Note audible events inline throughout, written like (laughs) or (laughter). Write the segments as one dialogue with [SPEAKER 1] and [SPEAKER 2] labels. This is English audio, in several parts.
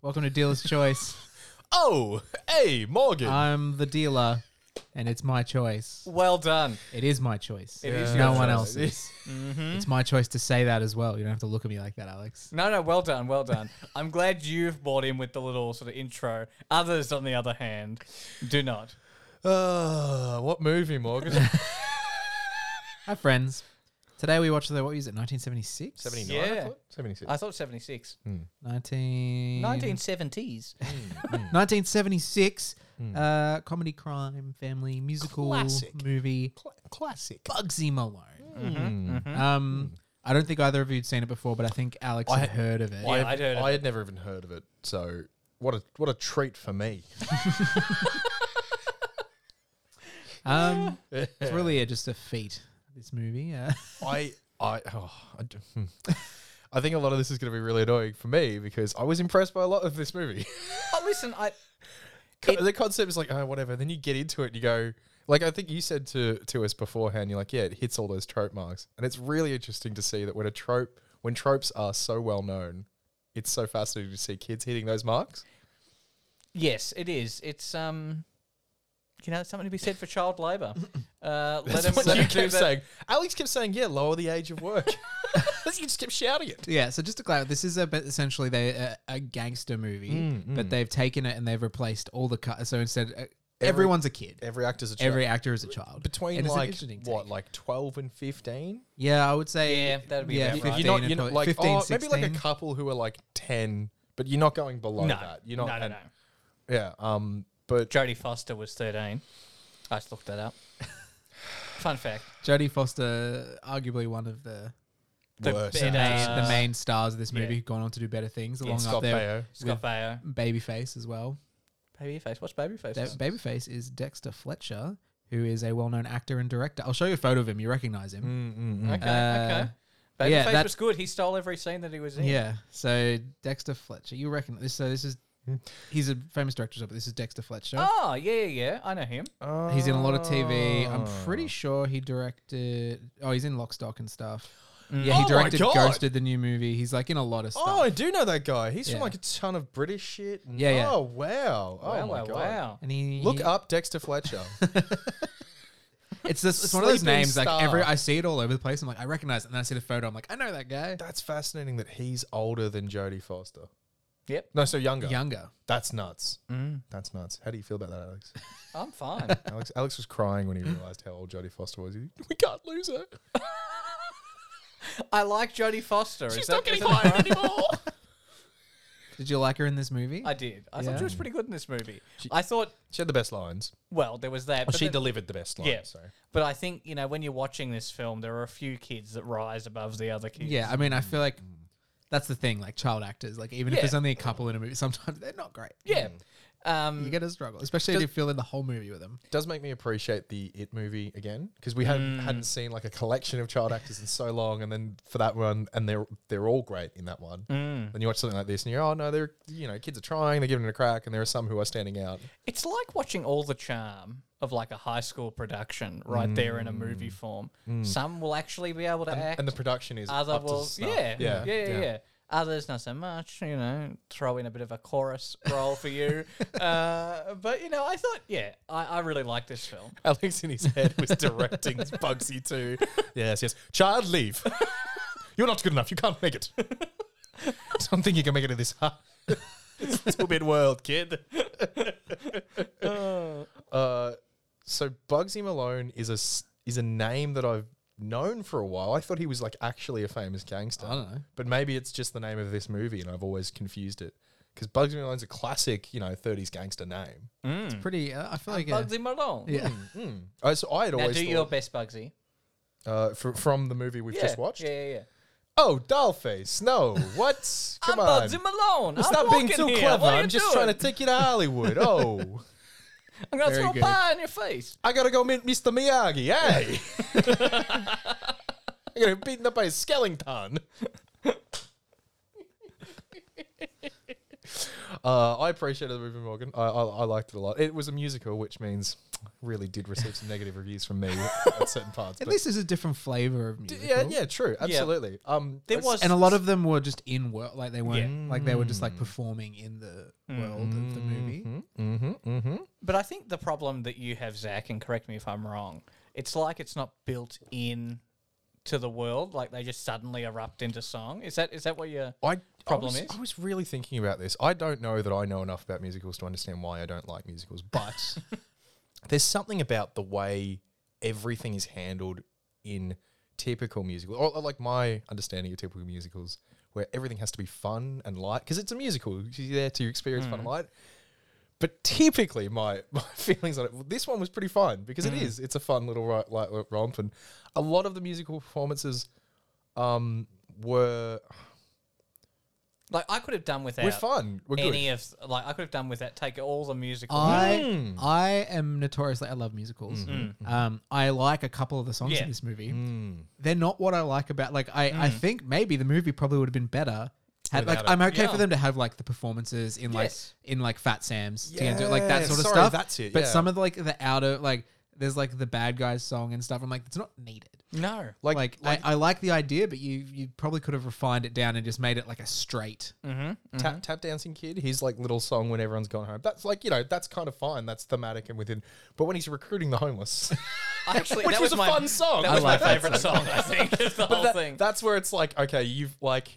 [SPEAKER 1] Welcome to Dealer's Choice.
[SPEAKER 2] Oh, hey, Morgan.
[SPEAKER 1] I'm the dealer, and it's my choice.
[SPEAKER 3] Uh, Well done.
[SPEAKER 1] It is my choice.
[SPEAKER 3] It is
[SPEAKER 1] no
[SPEAKER 3] your
[SPEAKER 1] one
[SPEAKER 3] choice. Mm-hmm.
[SPEAKER 1] else's. It's my choice to say that as well. You don't have to look at me like that, Alex.
[SPEAKER 3] (laughs) No, no, well done, well done. I'm glad you've bought in with the little sort of intro. Others, on the other hand, do not.
[SPEAKER 2] Uh, what movie, Morgan?
[SPEAKER 1] Hi, friends. Today we watched the what was it? 1976.
[SPEAKER 2] 79, I
[SPEAKER 3] (laughs) Yeah.
[SPEAKER 2] thought? 76.
[SPEAKER 3] I thought 76.
[SPEAKER 1] 19. (laughs)
[SPEAKER 3] 1970s.
[SPEAKER 1] 1976.
[SPEAKER 3] Hmm.
[SPEAKER 1] Uh, comedy, crime, family, musical,
[SPEAKER 2] Classic.
[SPEAKER 1] movie.
[SPEAKER 2] Cla- classic. Mm-hmm.
[SPEAKER 1] Bugsy Malone.
[SPEAKER 3] Hmm, mhm. Mm-hmm.
[SPEAKER 1] Um, I don't think either of you'd seen it before, but I think Alex
[SPEAKER 2] I-
[SPEAKER 1] had heard of it.
[SPEAKER 3] Yeah, I'd heard of
[SPEAKER 2] I had never even heard of it, so what a what a treat for me.
[SPEAKER 3] (laughs)
[SPEAKER 1] Um, it's really a, just a feat. This movie. Uh,
[SPEAKER 2] I I oh, I, d- hmm. (laughs) I think a lot of this is going to be really annoying for me because I was impressed by a lot of this movie.
[SPEAKER 3] Oh, listen, I.
[SPEAKER 2] Co-
[SPEAKER 3] It-
[SPEAKER 2] the concept is like, oh, whatever. Then you get into it and you go, like, I think you said to, to us beforehand, you're like, yeah, it hits all those trope marks. And it's really interesting to see that when a trope, when tropes are so well known, it's so fascinating to see kids hitting those marks.
[SPEAKER 3] Yes, it is. It's um, you know, it's something to be said for child labour. Uh, let them
[SPEAKER 2] So
[SPEAKER 3] let
[SPEAKER 2] you
[SPEAKER 3] them do
[SPEAKER 2] kept
[SPEAKER 3] that.
[SPEAKER 2] saying, Alex kept saying, yeah, lower the age of work. (laughs) you just kept shouting it.
[SPEAKER 1] yeah. So just to clarify, this is a bit essentially they a, a gangster movie,
[SPEAKER 2] Mm,
[SPEAKER 1] but they've taken it and they've replaced all the cut. So instead, uh, everyone's a kid. Every,
[SPEAKER 2] Every actor's a child.
[SPEAKER 1] actor is a child.
[SPEAKER 2] between
[SPEAKER 1] And it's an
[SPEAKER 2] like
[SPEAKER 1] interesting
[SPEAKER 2] what,
[SPEAKER 1] take.
[SPEAKER 2] like twelve and fifteen.
[SPEAKER 1] Yeah, I would say.
[SPEAKER 3] Yeah, that'd be
[SPEAKER 1] yeah,
[SPEAKER 3] about right.
[SPEAKER 1] fifteen.
[SPEAKER 2] You're not,
[SPEAKER 1] and
[SPEAKER 2] you're not
[SPEAKER 1] probably-
[SPEAKER 2] like
[SPEAKER 1] 15,
[SPEAKER 2] oh, maybe like a
[SPEAKER 1] 16.
[SPEAKER 2] couple who are like ten, but you're not going below
[SPEAKER 3] No,
[SPEAKER 2] that. You're not.
[SPEAKER 3] no, no,
[SPEAKER 2] and-
[SPEAKER 3] no.
[SPEAKER 2] Yeah. Um. But
[SPEAKER 3] Jodie Foster was thirteen. I just looked that up. Fun fact.
[SPEAKER 1] Jodie Foster, arguably one of the
[SPEAKER 3] The
[SPEAKER 2] worse.
[SPEAKER 3] better-
[SPEAKER 1] main,
[SPEAKER 3] Uh,
[SPEAKER 1] the main stars of this movie,
[SPEAKER 3] yeah.
[SPEAKER 1] who've gone on to do better things, along
[SPEAKER 2] Scott
[SPEAKER 1] up there.
[SPEAKER 2] Baio.
[SPEAKER 3] Scott Baio.
[SPEAKER 1] Babyface as well.
[SPEAKER 3] Babyface. What's Babyface?
[SPEAKER 1] That Babyface is Dexter Fletcher, who is a well-known actor and director. I'll show you a photo of him. You recognize
[SPEAKER 2] Mm.
[SPEAKER 1] him.
[SPEAKER 3] okay,
[SPEAKER 1] uh,
[SPEAKER 3] okay. Babyface
[SPEAKER 1] yeah, that-
[SPEAKER 3] was good. He stole every scene that he was in.
[SPEAKER 1] Yeah. So Dexter Fletcher, you reckon this? So this is
[SPEAKER 2] Hmm.
[SPEAKER 1] he's a famous director, but this is Dexter Fletcher.
[SPEAKER 3] Oh, yeah, yeah, yeah. I know him.
[SPEAKER 1] He's in a lot of TV.
[SPEAKER 2] Ah.
[SPEAKER 1] I'm
[SPEAKER 2] Oh.
[SPEAKER 1] pretty sure he directed. Oh, he's in Lock, Stock, and stuff. Yeah,
[SPEAKER 2] Oh my
[SPEAKER 1] he directed
[SPEAKER 2] God.
[SPEAKER 1] Ghosted, the new movie. He's like in a lot of stuff.
[SPEAKER 2] Oh, I do know that guy. He's from
[SPEAKER 1] Yeah.
[SPEAKER 2] like a ton of British shit. and-
[SPEAKER 1] Yeah, yeah.
[SPEAKER 2] Oh wow. Oh
[SPEAKER 3] wow,
[SPEAKER 2] my
[SPEAKER 3] wow,
[SPEAKER 2] god.
[SPEAKER 3] wow.
[SPEAKER 1] and he
[SPEAKER 2] Look up
[SPEAKER 1] (laughs)
[SPEAKER 2] Dexter Fletcher.
[SPEAKER 1] It's this. It's one of those
[SPEAKER 2] Sleeping
[SPEAKER 1] names.
[SPEAKER 2] Star.
[SPEAKER 1] Like every, I see it all over the place. I'm like, I recognize it. And then I see the photo. I'm like, I know that guy.
[SPEAKER 2] That's fascinating that he's older than Jodie Foster.
[SPEAKER 3] Yep.
[SPEAKER 2] No, so younger.
[SPEAKER 1] Younger.
[SPEAKER 2] That's nuts.
[SPEAKER 1] Mm.
[SPEAKER 2] That's nuts. How do you feel about that, Alex?
[SPEAKER 3] I'm fine.
[SPEAKER 2] Alex Alex was crying when he realized how old Jodie Foster was. He, we can't lose her.
[SPEAKER 3] I like Jodie Foster. Is that- is that right?
[SPEAKER 2] anymore.
[SPEAKER 1] Did you like her in this movie?
[SPEAKER 3] I did. I
[SPEAKER 1] Yeah.
[SPEAKER 3] thought she was pretty good in this movie. I thought,
[SPEAKER 2] she had the best lines.
[SPEAKER 3] well, there was that.
[SPEAKER 2] Well,
[SPEAKER 3] but
[SPEAKER 2] she
[SPEAKER 3] then-
[SPEAKER 2] delivered the best lines.
[SPEAKER 3] Yeah.
[SPEAKER 2] So.
[SPEAKER 3] But I think, you know, when you're watching this film, there are a few kids that rise above the other kids.
[SPEAKER 1] yeah. I mean, I feel like that's the thing. Like child actors. Like even if
[SPEAKER 3] Yeah.
[SPEAKER 1] there's only a couple in a movie, sometimes they're not great.
[SPEAKER 3] Yeah. Um,
[SPEAKER 1] You get to struggle, especially if you fill in the whole movie with them.
[SPEAKER 2] Does make me appreciate the It movie again because we haven't
[SPEAKER 3] Mm.
[SPEAKER 2] hadn't seen like a collection of child actors in so long, and then for that one, and they're they're all great in that one. Mm. Then you watch something like this, and you're oh no, they're you know kids are trying, they're giving it a crack, and there are some who are standing out.
[SPEAKER 3] it's like watching all the charm of like a high school production right there in a movie form. Some will actually be able to act.
[SPEAKER 2] And the production is
[SPEAKER 3] other
[SPEAKER 2] up to
[SPEAKER 3] will,
[SPEAKER 2] snuff.
[SPEAKER 3] yeah, yeah, yeah, yeah, Others not so much, you know. Throw in a bit of a chorus role
[SPEAKER 2] (laughs)
[SPEAKER 3] for you, uh, but you know, I thought, yeah, I, I really like this film.
[SPEAKER 2] (laughs) Alex in his head was
[SPEAKER 1] (laughs)
[SPEAKER 2] directing Bugsy too. Yes, yes. Child, leave. (laughs) You're not good enough. You can't make it. (laughs) Don't think you can make it in this (laughs) hard. two bit world, kid. (laughs) uh, so Bugsy Malone is a s- is a name that I've known for a while. I thought he was like actually a famous gangster.
[SPEAKER 1] I don't know.
[SPEAKER 2] But maybe it's just the name of this movie, and I've always confused it because Bugsy Malone's a classic, you know, '30s gangster name.
[SPEAKER 1] It's pretty. Uh, I feel like. A,
[SPEAKER 3] Bugsy Malone.
[SPEAKER 1] yeah.
[SPEAKER 2] I, Oh, so I had
[SPEAKER 3] Now
[SPEAKER 2] always
[SPEAKER 3] do
[SPEAKER 2] thought-
[SPEAKER 3] your best, Bugsy.
[SPEAKER 2] uh, fr- from the movie we've
[SPEAKER 3] Yeah,
[SPEAKER 2] just watched.
[SPEAKER 3] Yeah, yeah, yeah.
[SPEAKER 2] Oh, Dollface, no,
[SPEAKER 3] (laughs)
[SPEAKER 2] what? Come
[SPEAKER 3] I'm
[SPEAKER 2] on,
[SPEAKER 3] Bugsy Malone. I'm
[SPEAKER 2] stop being
[SPEAKER 3] walking
[SPEAKER 2] too
[SPEAKER 3] here.
[SPEAKER 2] clever.
[SPEAKER 3] What are you
[SPEAKER 2] I'm just
[SPEAKER 3] doing?
[SPEAKER 2] trying to take you to
[SPEAKER 3] (laughs)
[SPEAKER 2] Hollywood. Oh,
[SPEAKER 3] I'm gonna
[SPEAKER 1] Very
[SPEAKER 3] throw
[SPEAKER 1] good.
[SPEAKER 3] a pie in your face.
[SPEAKER 2] I gotta go meet Mr. Miyagi. Hey, (laughs)
[SPEAKER 3] (laughs)
[SPEAKER 2] I gotta be beaten up by a skeleton. (laughs) Uh, I appreciated the movie Morgan. I, I, I liked it a lot. It was a musical, which means really did receive some negative reviews from me at certain
[SPEAKER 3] (laughs)
[SPEAKER 2] parts.
[SPEAKER 1] At
[SPEAKER 2] but-
[SPEAKER 1] least there's a different flavor of
[SPEAKER 2] D-
[SPEAKER 1] musical.
[SPEAKER 2] yeah, yeah, true, absolutely. Um,
[SPEAKER 3] There
[SPEAKER 2] that's-
[SPEAKER 3] was
[SPEAKER 1] And a lot of them were just in work, like they weren't, like they were just
[SPEAKER 2] Hmm.
[SPEAKER 1] like performing in the world of the movie.
[SPEAKER 2] Mm-hmm.
[SPEAKER 3] But I think the problem that you have, Zach, and correct me if I'm wrong, it's like it's not built in to the world. Like they just suddenly erupt into song. Is that is that what you're?
[SPEAKER 2] I
[SPEAKER 3] Problem
[SPEAKER 2] I was,
[SPEAKER 3] is-
[SPEAKER 2] I was really thinking about this. I don't know that I know enough about musicals to understand why I don't like musicals,
[SPEAKER 3] (laughs)
[SPEAKER 2] but there's something about the way everything is handled in typical musical, or, or like my understanding of typical musicals, where everything has to be fun and light because it's a musical. You're there to experience fun and
[SPEAKER 3] Mm.
[SPEAKER 2] light. But typically, my, (laughs) my feelings on it. well, This one was pretty fun because
[SPEAKER 3] Mm.
[SPEAKER 2] it is. It's a fun little ri- light romp, and a lot of the musical performances um, were
[SPEAKER 3] Like I could have done without
[SPEAKER 2] we're fun. We're
[SPEAKER 3] any
[SPEAKER 2] good.
[SPEAKER 3] of like I could have done without take all the musical.
[SPEAKER 1] I
[SPEAKER 2] Mm.
[SPEAKER 1] I am notoriously I love musicals. Um, I like a couple of the songs
[SPEAKER 3] Yeah.
[SPEAKER 1] in this movie.
[SPEAKER 2] Mm-hmm. Mm.
[SPEAKER 1] They're not what I like about like I I think maybe the movie probably would have been better. Had, like
[SPEAKER 2] Without it.
[SPEAKER 1] I'm okay
[SPEAKER 3] Yeah.
[SPEAKER 1] for them to have like the performances in like
[SPEAKER 3] Yes.
[SPEAKER 1] in like Fat Sam's to do like that
[SPEAKER 2] Yeah,
[SPEAKER 1] sort of
[SPEAKER 2] sorry,
[SPEAKER 1] stuff.
[SPEAKER 2] that's it,
[SPEAKER 1] But
[SPEAKER 2] yeah.
[SPEAKER 1] some of the like the outer like there's like the bad guys song and stuff. I'm like it's not needed.
[SPEAKER 3] no.
[SPEAKER 1] Like, I, I like the idea, but you you probably could have refined it down and just made it like a straight.
[SPEAKER 2] tap, tap dancing kid, his like little song when everyone's gone home. That's like you know that's kind of fine. That's thematic and within. But when he's recruiting the homeless, (laughs)
[SPEAKER 3] I Actually,
[SPEAKER 2] Which
[SPEAKER 3] that
[SPEAKER 2] was
[SPEAKER 3] was,
[SPEAKER 2] a
[SPEAKER 3] my
[SPEAKER 2] fun song.
[SPEAKER 3] That
[SPEAKER 2] I
[SPEAKER 3] was
[SPEAKER 1] like
[SPEAKER 3] my
[SPEAKER 1] that
[SPEAKER 3] favorite song. I think of the whole
[SPEAKER 2] that-
[SPEAKER 3] thing.
[SPEAKER 2] that's where it's like okay, you've like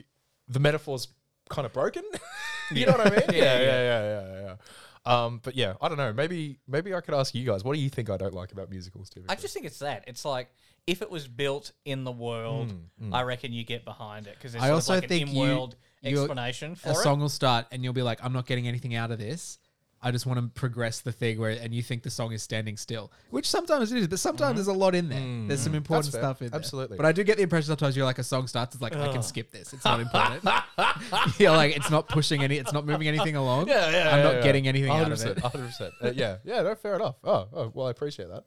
[SPEAKER 2] the metaphor's kind of broken. (laughs) you know what I mean? yeah, yeah,
[SPEAKER 3] Yeah, yeah.
[SPEAKER 2] yeah, yeah. yeah, Um, but yeah, I don't know. Maybe maybe I could ask you guys. What do you think I don't like about musicals? Typically?
[SPEAKER 3] I just think it's that. It's like if it was built in the world, I reckon you get behind it because there's
[SPEAKER 1] I
[SPEAKER 3] sort of
[SPEAKER 1] also
[SPEAKER 3] like
[SPEAKER 1] think
[SPEAKER 3] an
[SPEAKER 1] you-
[SPEAKER 3] in-world
[SPEAKER 1] you-
[SPEAKER 3] explanation for
[SPEAKER 1] a
[SPEAKER 3] it.
[SPEAKER 1] song will start and you'll be like, I'm not getting anything out of this. I just want to progress the thing where, and you think the song is standing still, which sometimes it is, but sometimes there's a lot in there. There's some important
[SPEAKER 2] Mm-hmm. Mm. That's fair.
[SPEAKER 1] stuff in there.
[SPEAKER 2] Absolutely.
[SPEAKER 1] But I do get the impression sometimes you're like, a song starts, it's like, I can skip this. It's not important. (laughs) you're like, it's not pushing any, it's not moving anything along.
[SPEAKER 2] Yeah, yeah,
[SPEAKER 1] I'm
[SPEAKER 2] yeah,
[SPEAKER 1] not
[SPEAKER 2] yeah.
[SPEAKER 1] getting anything out of it.
[SPEAKER 2] 100%, 100%. Uh, (laughs) yeah, yeah, no, fair enough. Oh, oh well, I appreciate that.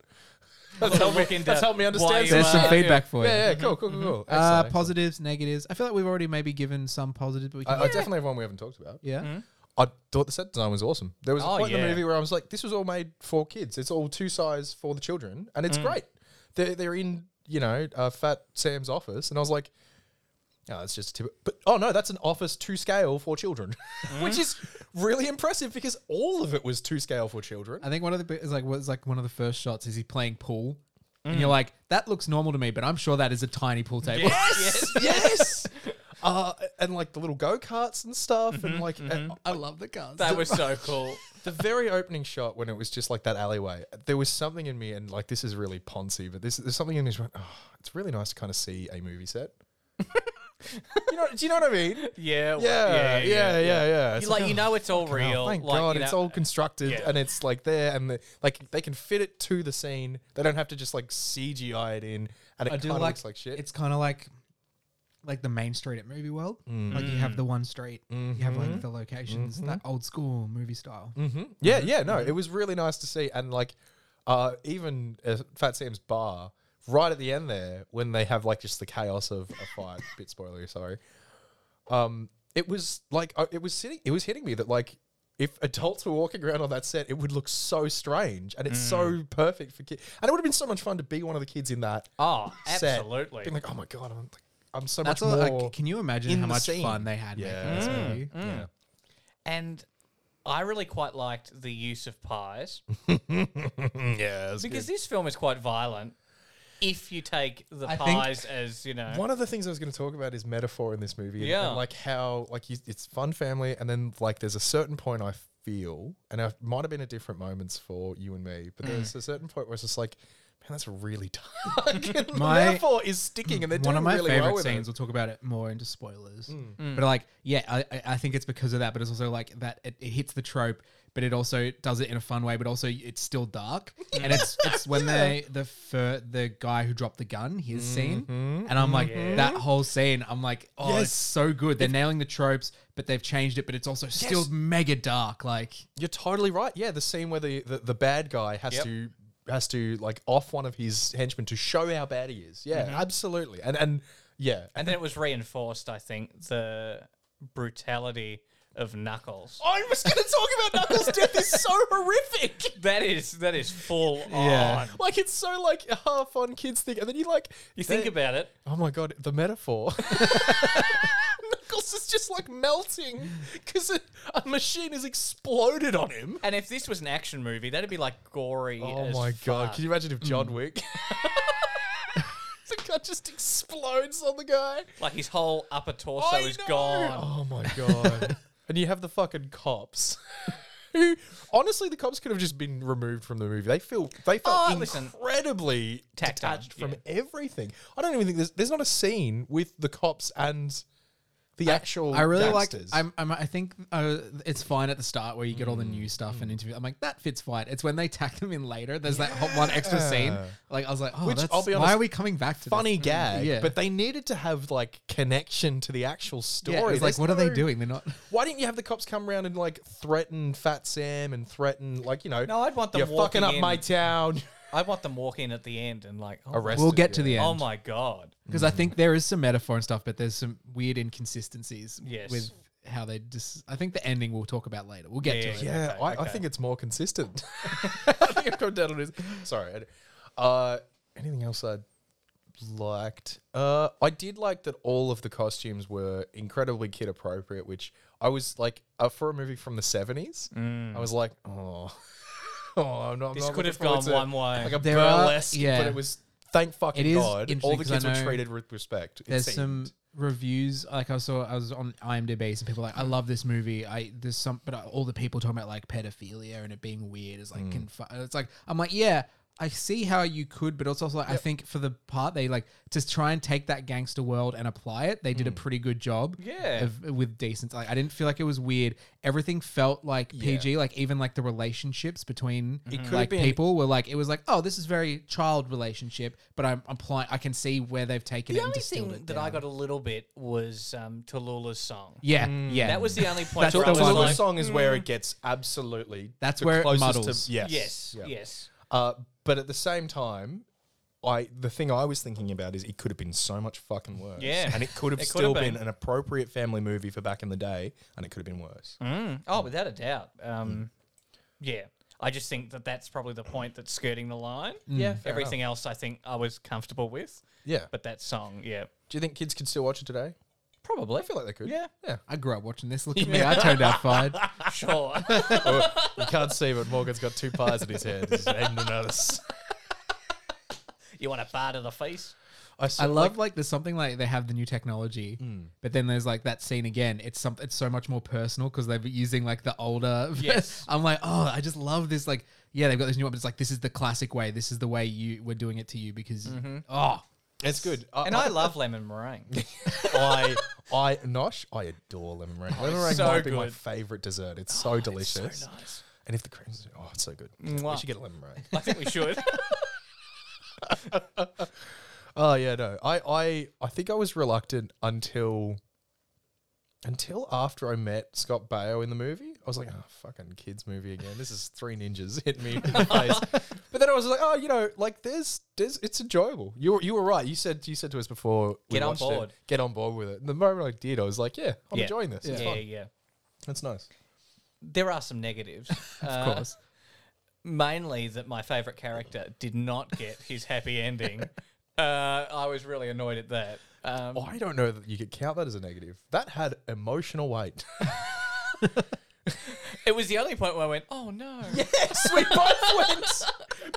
[SPEAKER 2] That's
[SPEAKER 3] Little
[SPEAKER 2] helped,
[SPEAKER 3] look
[SPEAKER 2] me,
[SPEAKER 3] into
[SPEAKER 2] that's helped me
[SPEAKER 3] why
[SPEAKER 2] understand.
[SPEAKER 3] you
[SPEAKER 1] There's some
[SPEAKER 3] Uh, (laughs)
[SPEAKER 1] feedback for you.
[SPEAKER 2] Yeah, yeah, cool, cool, cool, cool.
[SPEAKER 1] Uh,
[SPEAKER 2] Excellent,
[SPEAKER 1] positives, negatives. I feel like we've already maybe given some positives, but we
[SPEAKER 2] excellent. I,
[SPEAKER 1] can,
[SPEAKER 2] I definitely Mm-hmm. have one we haven't talked about.
[SPEAKER 1] yeah.
[SPEAKER 2] I thought the set design was awesome. There was a
[SPEAKER 3] Oh,
[SPEAKER 2] point in
[SPEAKER 3] yeah.
[SPEAKER 2] the movie where I was like, "This was all made for kids. It's all two size for the children, and
[SPEAKER 1] Mm.
[SPEAKER 2] it's great." They're they're in you know uh, Fat Sam's office, and I was like, "Oh, it's just a tip." But oh no, that's an office to scale for children, (laughs)
[SPEAKER 1] Mm.
[SPEAKER 2] which is really impressive because all of it was to scale for
[SPEAKER 1] (laughs)
[SPEAKER 2] children.
[SPEAKER 1] I think one of the bit is like was like one of the first shots is he playing pool, and you're like, that looks normal to me, but I'm sure that is a tiny pool table.
[SPEAKER 3] yes.
[SPEAKER 2] yes. (laughs) Uh, and like the little go karts and stuff, and like and
[SPEAKER 1] Mm-hmm, I love the cars.
[SPEAKER 3] That was so cool.
[SPEAKER 2] the very opening shot when it was just like that alleyway. There was something in me, and like this is really poncy, but this there's something in me. Just went, oh, it's really nice to kind of see a movie
[SPEAKER 3] (laughs)
[SPEAKER 2] set. you know? Do you know what I mean?
[SPEAKER 3] Yeah, well,
[SPEAKER 2] Yeah, yeah, yeah, yeah. It's
[SPEAKER 3] You, like you know, it's all
[SPEAKER 2] oh,
[SPEAKER 3] real.
[SPEAKER 2] thank
[SPEAKER 3] like,
[SPEAKER 2] God,
[SPEAKER 3] you
[SPEAKER 2] it's
[SPEAKER 3] know-
[SPEAKER 2] all constructed
[SPEAKER 3] yeah.
[SPEAKER 2] and it's like there, and the, like they can fit it to the scene. They don't have to just like CGI it in, and it
[SPEAKER 1] I
[SPEAKER 2] kind
[SPEAKER 1] do
[SPEAKER 2] of
[SPEAKER 1] like,
[SPEAKER 2] looks like shit.
[SPEAKER 1] It's kind of like like the main street at Movie World.
[SPEAKER 2] Mm.
[SPEAKER 1] Like you have the one street, you have like the locations, that
[SPEAKER 2] Mm-hmm.
[SPEAKER 1] old school movie style.
[SPEAKER 2] Yeah,
[SPEAKER 1] Mm-hmm.
[SPEAKER 2] yeah, no, it was really nice to see, and like, uh, even uh, Fat Sam's bar right at the end there when they have like just the chaos of a
[SPEAKER 1] (laughs)
[SPEAKER 2] fight. bit spoilery, sorry. Um, it was like uh, it was sitting, it was hitting me that like if adults were walking around on that set, it would look so strange, and it's so
[SPEAKER 1] Mm.
[SPEAKER 2] perfect for kids, and it would have been so much fun to be one of the kids in that
[SPEAKER 3] Oh,
[SPEAKER 2] set,
[SPEAKER 3] absolutely.
[SPEAKER 2] being like, oh my god, I'm like, I'm so
[SPEAKER 1] That's
[SPEAKER 2] much
[SPEAKER 1] all.
[SPEAKER 2] more.
[SPEAKER 1] Like, mm. can you imagine
[SPEAKER 2] in
[SPEAKER 1] how
[SPEAKER 2] the
[SPEAKER 1] much
[SPEAKER 2] scene.
[SPEAKER 1] fun they had making
[SPEAKER 2] yeah,
[SPEAKER 1] this movie?
[SPEAKER 2] yeah.
[SPEAKER 3] and I really quite liked the use of pies
[SPEAKER 2] Mm, yeah, it was
[SPEAKER 3] because
[SPEAKER 2] good.
[SPEAKER 3] this film is quite violent. If you take the
[SPEAKER 1] I think-
[SPEAKER 3] pies as you know,
[SPEAKER 2] One of the things I was going to talk about is metaphor in this movie, and,
[SPEAKER 3] Yeah.
[SPEAKER 2] and like how like you, it's fun family, and then like there's a certain point I feel, and it might have been at different moments for you and me, but there's a certain point where it's just like, man, that's really (laughs) dark. and the
[SPEAKER 1] My-
[SPEAKER 2] metaphor is sticking, and they're
[SPEAKER 1] one
[SPEAKER 2] doing
[SPEAKER 1] of my
[SPEAKER 2] really Mm.
[SPEAKER 1] favorite
[SPEAKER 2] well with
[SPEAKER 1] scenes.
[SPEAKER 2] It.
[SPEAKER 1] We'll talk about it more into spoilers, but like, yeah, I, I- I think it's because of that. But it's also like that it, it hits the trope, but it also does it in a fun way. But also, it's still
[SPEAKER 2] (laughs)
[SPEAKER 1] dark, and it's it's when they the fir- the guy who dropped the gun, his scene, and I'm like that whole scene. I'm like, oh,
[SPEAKER 2] Yes.
[SPEAKER 1] it's so good. They're nailing the tropes, but they've changed it. But it's also still
[SPEAKER 2] Yes.
[SPEAKER 1] mega dark. Like,
[SPEAKER 2] You're totally right. Yeah, the scene where the the, the bad guy has
[SPEAKER 3] Yep.
[SPEAKER 2] to has to like off one of his henchmen to show how bad he is. Yeah,
[SPEAKER 1] Mm-hmm.
[SPEAKER 2] absolutely. And and yeah, (laughs)
[SPEAKER 3] and then it was reinforced. I think the brutality of Knuckles.
[SPEAKER 2] I was going to talk about Knuckles' death is
[SPEAKER 3] (laughs)
[SPEAKER 2] so horrific.
[SPEAKER 3] That is that is full
[SPEAKER 1] Yeah.
[SPEAKER 3] on.
[SPEAKER 2] Like it's so like (laughs) half on kids thing, and then you like
[SPEAKER 3] You think
[SPEAKER 2] they-
[SPEAKER 3] about it.
[SPEAKER 2] Oh my god, the metaphor. (laughs) Knuckles is just like melting because a, a machine has exploded on him.
[SPEAKER 3] And if this was an action movie, that'd be like gory.
[SPEAKER 2] Oh
[SPEAKER 3] as
[SPEAKER 2] my god!
[SPEAKER 3] fuck.
[SPEAKER 2] Can you imagine if John Wick? (laughs) the guy just explodes on the guy.
[SPEAKER 3] Like his whole upper torso
[SPEAKER 2] I
[SPEAKER 3] is
[SPEAKER 2] know.
[SPEAKER 3] gone.
[SPEAKER 2] Oh my god! (laughs) and you have the fucking cops. (laughs) Who, honestly, the cops could have just been removed from the movie. They feel they felt
[SPEAKER 3] Oh, listen.
[SPEAKER 2] incredibly
[SPEAKER 3] Tactile,
[SPEAKER 2] detached from
[SPEAKER 3] yeah.
[SPEAKER 2] everything. I don't even think there's there's not a scene with the cops and the actual.
[SPEAKER 1] I really like.
[SPEAKER 2] gangsters.
[SPEAKER 1] I'm, I'm. I think uh, it's fine at the start where you get all the new stuff
[SPEAKER 2] Mm.
[SPEAKER 1] and interview. I'm like that fits fine. It's when they tack them in later. There's that hot one extra scene. Like I was like, oh,
[SPEAKER 2] Which,
[SPEAKER 1] that's,
[SPEAKER 2] I'll be
[SPEAKER 1] why
[SPEAKER 2] honest,
[SPEAKER 1] are we coming back to this?
[SPEAKER 2] funny gag,
[SPEAKER 1] Mm, yeah.
[SPEAKER 2] but they needed to have like connection to the actual story.
[SPEAKER 1] Yeah, it's like,
[SPEAKER 2] There's
[SPEAKER 1] what are they
[SPEAKER 2] no-
[SPEAKER 1] doing? They're not.
[SPEAKER 2] Why didn't you have the cops come around and like threaten Fat Sam and threaten like you know?
[SPEAKER 3] No, I'd want them
[SPEAKER 2] You're fucking
[SPEAKER 3] walking
[SPEAKER 2] up
[SPEAKER 3] in.
[SPEAKER 2] my town.
[SPEAKER 3] I want them walk in at the end and like, oh,
[SPEAKER 2] Arrested.
[SPEAKER 1] We'll get to
[SPEAKER 2] yeah.
[SPEAKER 1] the
[SPEAKER 3] oh
[SPEAKER 1] end
[SPEAKER 3] my god.
[SPEAKER 1] because
[SPEAKER 2] Mm.
[SPEAKER 1] I think there is some metaphor and stuff, but there's some weird inconsistencies
[SPEAKER 3] Yes.
[SPEAKER 1] with how they just. I think the ending we'll talk about later. We'll get
[SPEAKER 3] Yeah,
[SPEAKER 1] to
[SPEAKER 3] yeah,
[SPEAKER 1] it.
[SPEAKER 2] Yeah,
[SPEAKER 3] Okay,
[SPEAKER 2] I, I
[SPEAKER 3] okay.
[SPEAKER 2] think it's
[SPEAKER 1] (laughs)
[SPEAKER 2] more consistent. (laughs) I think I've come down on this. Sorry. I d- Uh, anything else I liked? Uh, I did like that all of the costumes were incredibly kid appropriate, which I was like, uh, for a movie from the 70s,
[SPEAKER 1] Mm.
[SPEAKER 2] I was like, oh. (laughs) oh I'm not, I'm
[SPEAKER 3] This
[SPEAKER 2] not looking
[SPEAKER 3] could have
[SPEAKER 2] forward
[SPEAKER 3] gone
[SPEAKER 2] to-
[SPEAKER 3] one way.
[SPEAKER 2] Like a
[SPEAKER 1] There are-
[SPEAKER 2] burlesque,
[SPEAKER 1] yeah.
[SPEAKER 2] but it was, thank fucking
[SPEAKER 1] It is
[SPEAKER 2] God, all
[SPEAKER 1] interesting
[SPEAKER 2] the
[SPEAKER 1] 'cause I
[SPEAKER 2] kids were
[SPEAKER 1] know
[SPEAKER 2] treated with respect. it
[SPEAKER 1] there's
[SPEAKER 2] seemed.
[SPEAKER 1] some reviews like I saw I was on IMDb some people were like I
[SPEAKER 2] Hmm.
[SPEAKER 1] love this movie I there's some but uh, all the people talking about like pedophilia and it being weird is like
[SPEAKER 2] Hmm.
[SPEAKER 1] confi- it's like I'm like yeah I see how you could but it's also like I think for the part they like to try and take that gangster world and apply it they did a
[SPEAKER 2] Hmm.
[SPEAKER 1] pretty good job
[SPEAKER 3] Yeah.
[SPEAKER 1] of, with decent like I didn't feel like it was weird everything felt like PG like even like the relationships between
[SPEAKER 2] could've
[SPEAKER 1] like
[SPEAKER 2] been-
[SPEAKER 1] people were like it was like oh this is very child relationship but I'm applying I can see where they've taken
[SPEAKER 3] The
[SPEAKER 1] it and
[SPEAKER 3] only
[SPEAKER 1] distilled
[SPEAKER 3] thing
[SPEAKER 1] it
[SPEAKER 3] that I got a little bit was um, Tallulah's song.
[SPEAKER 1] yeah, yeah.
[SPEAKER 3] That was the only point.
[SPEAKER 1] That's
[SPEAKER 3] where I
[SPEAKER 1] the
[SPEAKER 3] was
[SPEAKER 1] one.
[SPEAKER 2] Tallulah's
[SPEAKER 3] like,
[SPEAKER 2] song is where it gets absolutely.
[SPEAKER 1] "Mm." That's
[SPEAKER 2] the
[SPEAKER 1] where it
[SPEAKER 2] closest
[SPEAKER 1] muddles.
[SPEAKER 2] To, yes.
[SPEAKER 3] Yes,
[SPEAKER 2] Yeah.
[SPEAKER 3] yes.
[SPEAKER 2] Uh, but at the same time, I the thing I was thinking about is it could have been so much fucking worse.
[SPEAKER 3] Yeah.
[SPEAKER 2] and it could have
[SPEAKER 3] It could
[SPEAKER 2] still
[SPEAKER 3] have
[SPEAKER 2] been.
[SPEAKER 3] been.
[SPEAKER 2] an appropriate family movie for back in the day, and it could have been worse.
[SPEAKER 3] Mm. Oh, without a doubt.
[SPEAKER 2] Mm.
[SPEAKER 3] Um, Yeah. I just think that that's probably the point that's skirting the line.
[SPEAKER 2] Mm.
[SPEAKER 3] Yeah. Everything else I think I was comfortable with.
[SPEAKER 2] Yeah, but
[SPEAKER 3] But that song, yeah.
[SPEAKER 2] do you think kids could still watch it today?
[SPEAKER 3] Probably.
[SPEAKER 2] I feel like they could. (laughs)
[SPEAKER 3] Yeah.
[SPEAKER 2] yeah.
[SPEAKER 1] I grew up watching this. Look at me, I turned out
[SPEAKER 3] (laughs)
[SPEAKER 1] fine.
[SPEAKER 3] Sure.
[SPEAKER 2] you can't see, but Morgan's got two pies in his hand. He's aiming another. s-
[SPEAKER 3] you want a bar to the face?
[SPEAKER 2] I, saw,
[SPEAKER 1] I love like, there's something like they have the new technology,
[SPEAKER 3] Mm.
[SPEAKER 1] but then there's like that scene again. It's something it's so much more personal because they're using like the older. (laughs)
[SPEAKER 3] Yes.
[SPEAKER 1] I'm like, oh, I just love this. Like, yeah, they've got this new one, but it's like this is the classic way. This is the way you we're doing it to you because
[SPEAKER 3] Mm-hmm.
[SPEAKER 1] oh,
[SPEAKER 2] It's good.
[SPEAKER 3] And I love lemon meringue.
[SPEAKER 2] (laughs) I, I, Nosh, I adore lemon meringue. lemon meringue
[SPEAKER 3] Oh, so
[SPEAKER 2] might be my
[SPEAKER 3] good. Oh,
[SPEAKER 2] favorite dessert. It's so delicious.
[SPEAKER 3] nice. Mm.
[SPEAKER 2] And if the cream's, oh, it's so good. We
[SPEAKER 3] Mwah.
[SPEAKER 2] should get a lemon meringue.
[SPEAKER 3] I think we
[SPEAKER 2] (laughs)
[SPEAKER 3] should.
[SPEAKER 2] Oh yeah, no. I, I I think I was reluctant until until after I met Scott Baio in the movie. I was like, oh fucking kids movie again. This is three ninjas (laughs) hitting me in the
[SPEAKER 3] (laughs)
[SPEAKER 2] face. But then I was like, oh, you know, like there's there's it's enjoyable. You were you were right. You said you said to us before we
[SPEAKER 3] Get on
[SPEAKER 2] watched it,
[SPEAKER 3] board.
[SPEAKER 2] get on board with it. And the moment I did, I was like, yeah, I'm
[SPEAKER 3] Yeah.
[SPEAKER 2] enjoying this. It's
[SPEAKER 3] yeah,
[SPEAKER 2] fun.
[SPEAKER 3] yeah.
[SPEAKER 2] It's nice.
[SPEAKER 3] There are
[SPEAKER 2] (laughs)
[SPEAKER 3] some negatives. of
[SPEAKER 1] course.
[SPEAKER 3] Mainly that my favourite character did not get his happy ending. uh, I was really annoyed at that. Um,
[SPEAKER 2] I don't know that you could count that as a negative. That had emotional weight.
[SPEAKER 3] It was the only point where I went, oh no.
[SPEAKER 2] Yes, (laughs) we both went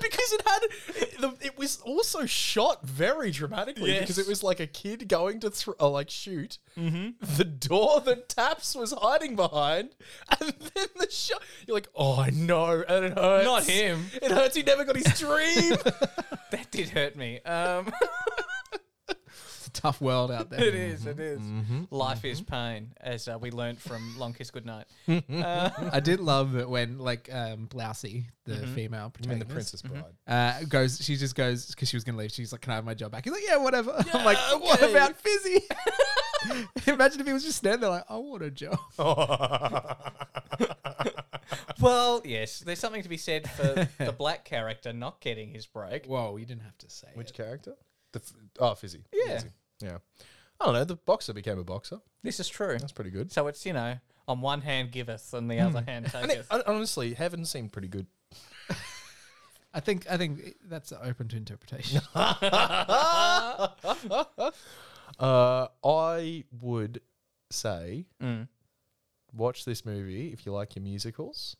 [SPEAKER 2] because it had it, the, it was also shot very dramatically
[SPEAKER 3] Yes.
[SPEAKER 2] because it was like a kid going to thr uh, like shoot
[SPEAKER 3] Mm-hmm.
[SPEAKER 2] the door that Taps was hiding behind, and then the shot. You're like, oh no, and it hurts.
[SPEAKER 3] Not him.
[SPEAKER 2] It hurts. He never got his (laughs) dream.
[SPEAKER 3] That did hurt me. Um, (laughs)
[SPEAKER 1] it's a tough world out there.
[SPEAKER 3] it is, it is. Life is pain, as uh, we learnt from Long Kiss Goodnight.
[SPEAKER 1] I did love it when like um Blousey, the
[SPEAKER 3] Mm-hmm.
[SPEAKER 1] female
[SPEAKER 2] I mean,
[SPEAKER 1] protagonist,
[SPEAKER 2] the Princess Bride. (laughs)
[SPEAKER 1] uh, goes. She just goes because she was gonna leave. She's like, "Can I have my job back?" He's like, "Yeah, whatever." (laughs) I'm like, "What
[SPEAKER 2] okay."
[SPEAKER 1] about Fizzy?" (laughs) Imagine if he was just standing there like, "I want a job."
[SPEAKER 2] Oh.
[SPEAKER 3] Well, yes, there's something to be said for the black character not getting his break.
[SPEAKER 1] Whoa, you didn't have to say.
[SPEAKER 2] Which character? The f- oh, Fizzy.
[SPEAKER 3] Yeah.
[SPEAKER 2] Fizzy. yeah. I don't know. The boxer became a boxer.
[SPEAKER 3] This is true.
[SPEAKER 2] That's pretty good.
[SPEAKER 3] So it's, you know, on one hand giveth, on the other hand
[SPEAKER 2] And it,
[SPEAKER 3] taketh.
[SPEAKER 2] hon- honestly, heaven seemed pretty good.
[SPEAKER 1] I think I think that's open to interpretation.
[SPEAKER 2] Uh, I would say
[SPEAKER 1] Mm.
[SPEAKER 2] watch this movie if you like your musicals.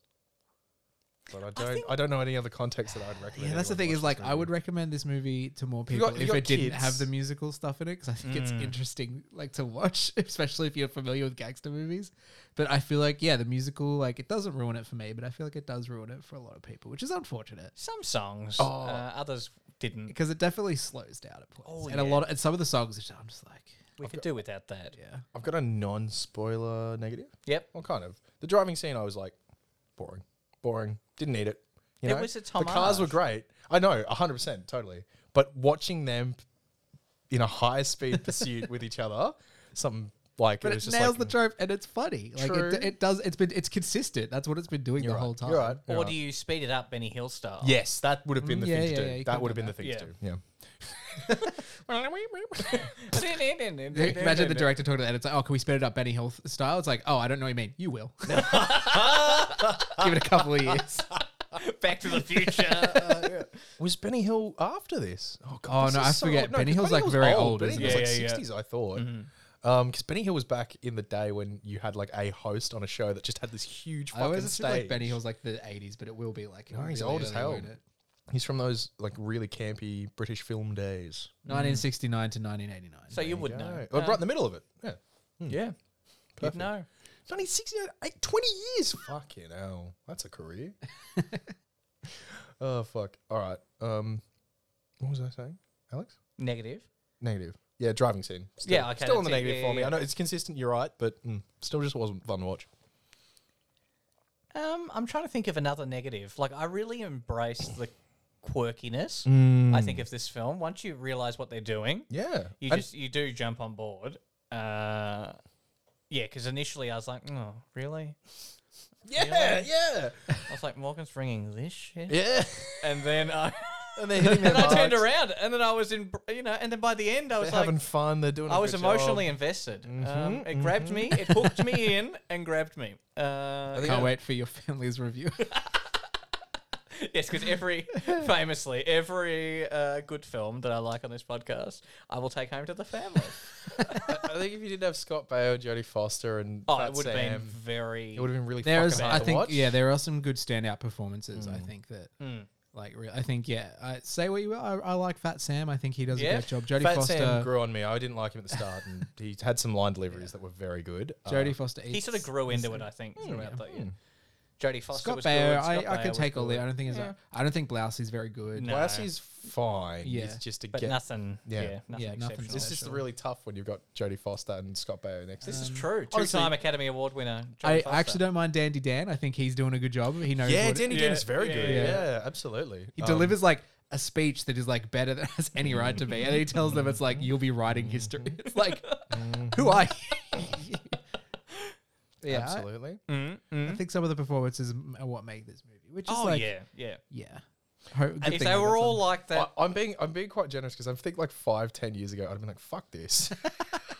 [SPEAKER 2] But I don't. I, don't know any other context that I'd recommend.
[SPEAKER 1] (laughs) yeah, that's the
[SPEAKER 2] anyone
[SPEAKER 1] thing
[SPEAKER 2] watch
[SPEAKER 1] is
[SPEAKER 2] this
[SPEAKER 1] like I
[SPEAKER 2] movie.
[SPEAKER 1] would recommend this movie to more
[SPEAKER 2] You
[SPEAKER 1] people
[SPEAKER 2] got- you
[SPEAKER 1] if
[SPEAKER 2] got
[SPEAKER 1] it didn't
[SPEAKER 2] kids.
[SPEAKER 1] have the musical stuff in it because I think it's interesting like to watch, (laughs) especially if you're familiar with gangster movies. But I feel like yeah, the musical like it doesn't ruin it for me, but I feel like it does ruin it for a lot of people, which is unfortunate.
[SPEAKER 3] Some songs, uh, others didn't.
[SPEAKER 1] because it definitely slows down at points.
[SPEAKER 3] Oh,
[SPEAKER 1] and a
[SPEAKER 3] yeah.
[SPEAKER 1] lot, of, and some of the songs, are just- I'm just like,
[SPEAKER 3] We could do without that.
[SPEAKER 1] yeah,
[SPEAKER 2] I've got a non-spoiler negative.
[SPEAKER 3] Yep.
[SPEAKER 2] Well, kind of. The driving scene, I was like, boring, boring. Didn't need it. You
[SPEAKER 3] It
[SPEAKER 2] know?
[SPEAKER 3] was a
[SPEAKER 2] The cars were
[SPEAKER 3] homage.
[SPEAKER 2] great. I know, hundred percent, totally. But watching them in a high speed
[SPEAKER 1] (laughs)
[SPEAKER 2] pursuit with each other, something like
[SPEAKER 1] but
[SPEAKER 2] it
[SPEAKER 1] it,
[SPEAKER 2] was just
[SPEAKER 1] nails
[SPEAKER 2] like, mm,
[SPEAKER 1] the trope and it's funny. Like
[SPEAKER 2] True.
[SPEAKER 1] it, it does. It's been it's consistent. That's what it's been doing
[SPEAKER 2] you're
[SPEAKER 1] the
[SPEAKER 2] right,
[SPEAKER 1] whole time.
[SPEAKER 2] You're right.
[SPEAKER 3] Or
[SPEAKER 2] you're right.
[SPEAKER 3] do you speed it up Benny Hill style? (laughs)
[SPEAKER 2] Yes, that would have been the
[SPEAKER 1] Mm, yeah,
[SPEAKER 2] thing
[SPEAKER 1] yeah,
[SPEAKER 2] to do.
[SPEAKER 1] yeah, you
[SPEAKER 2] that
[SPEAKER 1] could
[SPEAKER 2] would have
[SPEAKER 1] do
[SPEAKER 2] been the thing
[SPEAKER 3] that.
[SPEAKER 2] to do. Yeah.
[SPEAKER 1] Imagine the director talking to that. It's like, oh, can we spin it up Benny Hill style? It's like, oh, I don't know what you mean. You
[SPEAKER 2] (laughs)
[SPEAKER 1] will. Give it a couple of years.
[SPEAKER 3] Back to the Future.
[SPEAKER 2] Was Benny Hill after this? Oh
[SPEAKER 1] Oh,
[SPEAKER 2] this
[SPEAKER 1] no,
[SPEAKER 2] is
[SPEAKER 1] I
[SPEAKER 2] so
[SPEAKER 1] forget.
[SPEAKER 2] old. No,
[SPEAKER 1] Benny
[SPEAKER 2] 'cause
[SPEAKER 1] Hill's, like, very old,
[SPEAKER 2] Benny
[SPEAKER 1] isn't
[SPEAKER 2] Hill's
[SPEAKER 3] he?
[SPEAKER 2] like
[SPEAKER 3] Yeah, yeah, yeah.
[SPEAKER 2] sixties, I thought. Um, because Benny Hill was back in the day when you had like a host on a show that just had this huge
[SPEAKER 1] (laughs) I always
[SPEAKER 2] fucking
[SPEAKER 1] assume
[SPEAKER 2] stage.
[SPEAKER 1] like Benny Hill's like the 80s, but it will be like
[SPEAKER 2] No, he's
[SPEAKER 1] really
[SPEAKER 2] old as
[SPEAKER 1] early,
[SPEAKER 2] hell.
[SPEAKER 1] won't it?
[SPEAKER 2] He's from those like really campy British film days.
[SPEAKER 1] 1969 to 1989.
[SPEAKER 3] (laughs) so you would
[SPEAKER 2] Yeah.
[SPEAKER 3] know.
[SPEAKER 2] Well, right in the middle of it. Yeah.
[SPEAKER 3] yeah. You'd
[SPEAKER 2] Perfect.
[SPEAKER 3] know.
[SPEAKER 2] 1969, eight- 20 years. Fucking hell. That's
[SPEAKER 1] (laughs)
[SPEAKER 2] a career. oh, fuck. All right. Um, what was I saying, Alex?
[SPEAKER 3] Negative.
[SPEAKER 2] Negative. Yeah, driving scene. Still,
[SPEAKER 3] Yeah, okay,
[SPEAKER 2] Still on the
[SPEAKER 3] that's it.
[SPEAKER 2] negative for
[SPEAKER 3] Yeah, yeah,
[SPEAKER 2] me.
[SPEAKER 3] yeah.
[SPEAKER 2] I know it's consistent, you're right, but mm, still just wasn't fun to watch.
[SPEAKER 3] Um, I'm trying to think of another negative. Like, I really embrace the quirkiness.
[SPEAKER 2] Mm.
[SPEAKER 3] I think of this film. Once you realize what they're doing,
[SPEAKER 2] Yeah.
[SPEAKER 3] you
[SPEAKER 2] And-
[SPEAKER 3] just you do jump on board. Uh, yeah, because initially I was like, oh, really?
[SPEAKER 2] yeah, yeah.
[SPEAKER 3] I was like, Morgan's bringing this
[SPEAKER 2] (laughs)
[SPEAKER 3] shit,
[SPEAKER 2] Yeah.
[SPEAKER 3] and
[SPEAKER 1] (laughs)
[SPEAKER 3] then I
[SPEAKER 2] and they're hitting their
[SPEAKER 3] (laughs) and I turned
[SPEAKER 2] marks.
[SPEAKER 3] around, and then I was in, you know, and then by the end I was
[SPEAKER 2] They're
[SPEAKER 3] like,
[SPEAKER 2] having fun. They're doing. I
[SPEAKER 3] I was emotionally invested. um,
[SPEAKER 2] Mm-hmm,
[SPEAKER 3] it grabbed me, it hooked me in, and grabbed me. Uh,
[SPEAKER 1] Can't wait for your family's review.
[SPEAKER 3] (laughs) yes,
[SPEAKER 1] (laughs)
[SPEAKER 3] because every, famously, every uh, good film that I like on this podcast, I will take home to
[SPEAKER 1] (laughs)
[SPEAKER 3] the family.
[SPEAKER 2] (laughs) I think if you didn't have Scott Baio, Jodie Foster, and
[SPEAKER 3] Oh,
[SPEAKER 2] Fat
[SPEAKER 3] it would have been
[SPEAKER 2] Sam,
[SPEAKER 3] very.
[SPEAKER 2] It would have been really
[SPEAKER 1] there
[SPEAKER 2] fucking
[SPEAKER 1] is,
[SPEAKER 2] hard
[SPEAKER 1] I
[SPEAKER 2] to
[SPEAKER 1] think,
[SPEAKER 2] watch. Mm.
[SPEAKER 1] yeah, there are some good standout performances. I think that,
[SPEAKER 3] hmm.
[SPEAKER 1] like, re- I think, yeah, I, say what you will. I, I like Fat Sam. I think he does
[SPEAKER 3] Yeah.
[SPEAKER 1] a great job. Jodie
[SPEAKER 2] Fat
[SPEAKER 1] Foster,
[SPEAKER 2] Sam grew on me. I didn't like him at the start, and he had some line deliveries that were very good. Uh,
[SPEAKER 1] Jodie Foster.
[SPEAKER 3] he sort of grew into it, I think, throughout that year. Jodie Foster
[SPEAKER 1] Mm, Scott
[SPEAKER 3] was
[SPEAKER 1] Baio,
[SPEAKER 3] good. Scott
[SPEAKER 1] I, I
[SPEAKER 3] Baio
[SPEAKER 1] could
[SPEAKER 3] was
[SPEAKER 1] take or
[SPEAKER 3] good,
[SPEAKER 1] leave. I don't think he's.
[SPEAKER 3] Yeah.
[SPEAKER 1] I don't think Blousey's very good.
[SPEAKER 3] No.
[SPEAKER 2] Lassie's fine.
[SPEAKER 1] Yeah.
[SPEAKER 2] He's just a
[SPEAKER 3] But
[SPEAKER 2] get.
[SPEAKER 3] nothing. Yeah,
[SPEAKER 2] Yeah.
[SPEAKER 3] nothing.
[SPEAKER 1] Yeah, nothing
[SPEAKER 3] exceptional.
[SPEAKER 2] It's just really tough when you've got Jodie Foster and Scott Baio next. to
[SPEAKER 3] This
[SPEAKER 2] each
[SPEAKER 3] is true. Two-time Academy Award winner. Jodie
[SPEAKER 1] Um, I
[SPEAKER 3] Foster.
[SPEAKER 1] actually don't mind Dandy Dan. I think he's doing a good job. He knows.
[SPEAKER 2] other. Yeah,
[SPEAKER 1] what it-
[SPEAKER 2] Danny
[SPEAKER 3] Yeah,
[SPEAKER 2] Dan is very
[SPEAKER 3] yeah,
[SPEAKER 2] good.
[SPEAKER 3] yeah,
[SPEAKER 2] Yeah,
[SPEAKER 1] yeah.
[SPEAKER 2] absolutely.
[SPEAKER 1] He
[SPEAKER 2] Um,
[SPEAKER 1] delivers like a speech that is like better than (laughs) has any right to be, and he tells them it's like you'll be writing history. (laughs) It's like, who are you? Mm-hmm. (laughs) yeah, I-
[SPEAKER 2] Absolutely.
[SPEAKER 1] I think some of the performances m- are what make this movie, which is
[SPEAKER 3] Oh
[SPEAKER 1] like,
[SPEAKER 3] yeah, yeah.
[SPEAKER 1] yeah. Ho- good
[SPEAKER 3] if
[SPEAKER 1] thing
[SPEAKER 3] they
[SPEAKER 1] that
[SPEAKER 3] were
[SPEAKER 1] that's
[SPEAKER 3] all
[SPEAKER 1] on-
[SPEAKER 3] like that,
[SPEAKER 2] I, am being I'm being quite generous because I think like five ten years ago I'd have been like fuck (laughs) this.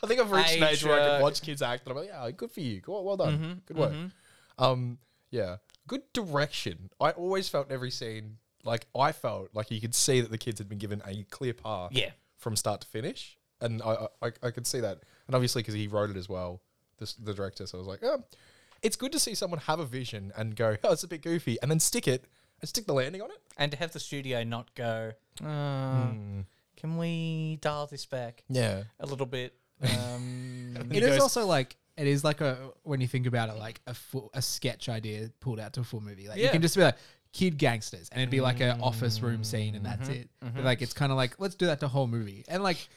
[SPEAKER 2] I think I've reached an age where I
[SPEAKER 3] Age, Mm-hmm,
[SPEAKER 2] can
[SPEAKER 3] uh,
[SPEAKER 2] watch kids act and I'm like yeah good for you cool, well done good work.
[SPEAKER 3] mm-hmm.
[SPEAKER 2] Um yeah good direction. I always felt in every scene like I felt like you could see that the kids had been given a clear path
[SPEAKER 3] Yeah.
[SPEAKER 2] from start to finish and I I, I- I could see that and obviously because he wrote it as well this the director so I was like oh, it's good to see someone have a vision and go (laughs) oh it's a bit goofy and then stick it and stick the landing on it.
[SPEAKER 3] and to have the studio not go, uh,
[SPEAKER 2] Hmm.
[SPEAKER 3] can we dial this back
[SPEAKER 2] Yeah.
[SPEAKER 3] a little bit? Um,
[SPEAKER 1] It
[SPEAKER 2] He
[SPEAKER 1] is
[SPEAKER 2] goes-
[SPEAKER 1] also like it is like a when you think about it, like a full a sketch idea pulled out to a full movie. Like
[SPEAKER 3] Yeah.
[SPEAKER 1] you can just be like kid gangsters, and it'd be like
[SPEAKER 2] Mm-hmm.
[SPEAKER 1] an office room scene, and that's it. But like it's kind of like let's do that to a whole movie, and like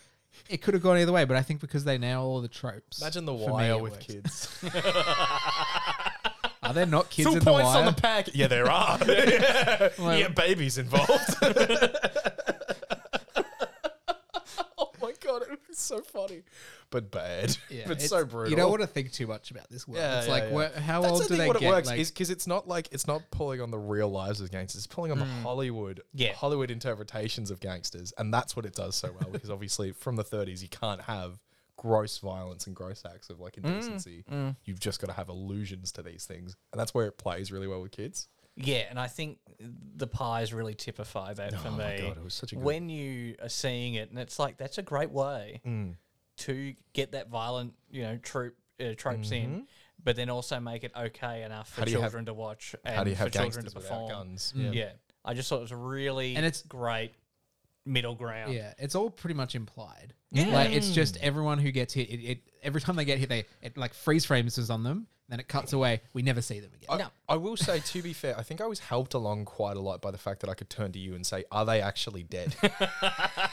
[SPEAKER 1] it could have gone either way. But I think because they nail all the tropes.
[SPEAKER 2] Imagine the
[SPEAKER 1] for me,
[SPEAKER 2] wire
[SPEAKER 1] it
[SPEAKER 2] with
[SPEAKER 1] works.
[SPEAKER 2] kids. (laughs)
[SPEAKER 1] Are there not kids
[SPEAKER 2] Two
[SPEAKER 1] in the
[SPEAKER 2] points on
[SPEAKER 1] wire?
[SPEAKER 2] the pack. Yeah,
[SPEAKER 1] (laughs)
[SPEAKER 2] there are. yeah. babies involved. (laughs) oh my god, it was so funny, but bad.
[SPEAKER 1] Yeah,
[SPEAKER 2] but
[SPEAKER 1] it's-
[SPEAKER 2] so brutal.
[SPEAKER 1] You don't want to think too much about this world.
[SPEAKER 2] Yeah,
[SPEAKER 1] it's
[SPEAKER 2] yeah,
[SPEAKER 1] like
[SPEAKER 2] yeah.
[SPEAKER 1] where- how
[SPEAKER 2] That's
[SPEAKER 1] old
[SPEAKER 2] the
[SPEAKER 1] do
[SPEAKER 2] thing.
[SPEAKER 1] they
[SPEAKER 2] What
[SPEAKER 1] get?
[SPEAKER 2] it works
[SPEAKER 1] like,
[SPEAKER 2] is because it's not like it's not pulling on the real lives of gangsters. It's pulling on the Hollywood,
[SPEAKER 3] Hmm. Yeah.
[SPEAKER 2] Hollywood interpretations of gangsters, and that's what it does so well. because obviously, from the 30s, you can't have gross violence and gross acts of
[SPEAKER 3] Hmm.
[SPEAKER 2] like indecency. You've just got to have allusions to these things, and that's where it plays really well with kids.
[SPEAKER 3] (laughs) Yeah, and I think the pies really typify that
[SPEAKER 2] Oh
[SPEAKER 3] for me.
[SPEAKER 2] my God, it was such a good-
[SPEAKER 3] when you are seeing it, and it's like that's a great way
[SPEAKER 2] Mm.
[SPEAKER 3] to get that violent, you know, troop uh, tropes in, but then also make it okay enough
[SPEAKER 2] Mm-hmm.
[SPEAKER 3] for
[SPEAKER 2] How do you have-
[SPEAKER 3] children to watch and
[SPEAKER 2] How do you
[SPEAKER 3] for
[SPEAKER 2] have
[SPEAKER 3] children to
[SPEAKER 2] gangsters
[SPEAKER 3] perform. Hmm.
[SPEAKER 2] without guns?
[SPEAKER 3] Yeah. I just thought it was a really
[SPEAKER 1] And it's-
[SPEAKER 3] great middle ground.
[SPEAKER 1] Yeah, it's all pretty much implied.
[SPEAKER 3] Yeah.
[SPEAKER 1] like it's just everyone who gets hit. It, it every time they get hit, they it like freeze frames is on them. Then it cuts away. We never see them again.
[SPEAKER 2] I, I will say, to be fair, I think I was helped along quite a lot by the fact that I could turn to you and say, "Are they actually
[SPEAKER 3] (laughs)
[SPEAKER 2] dead?"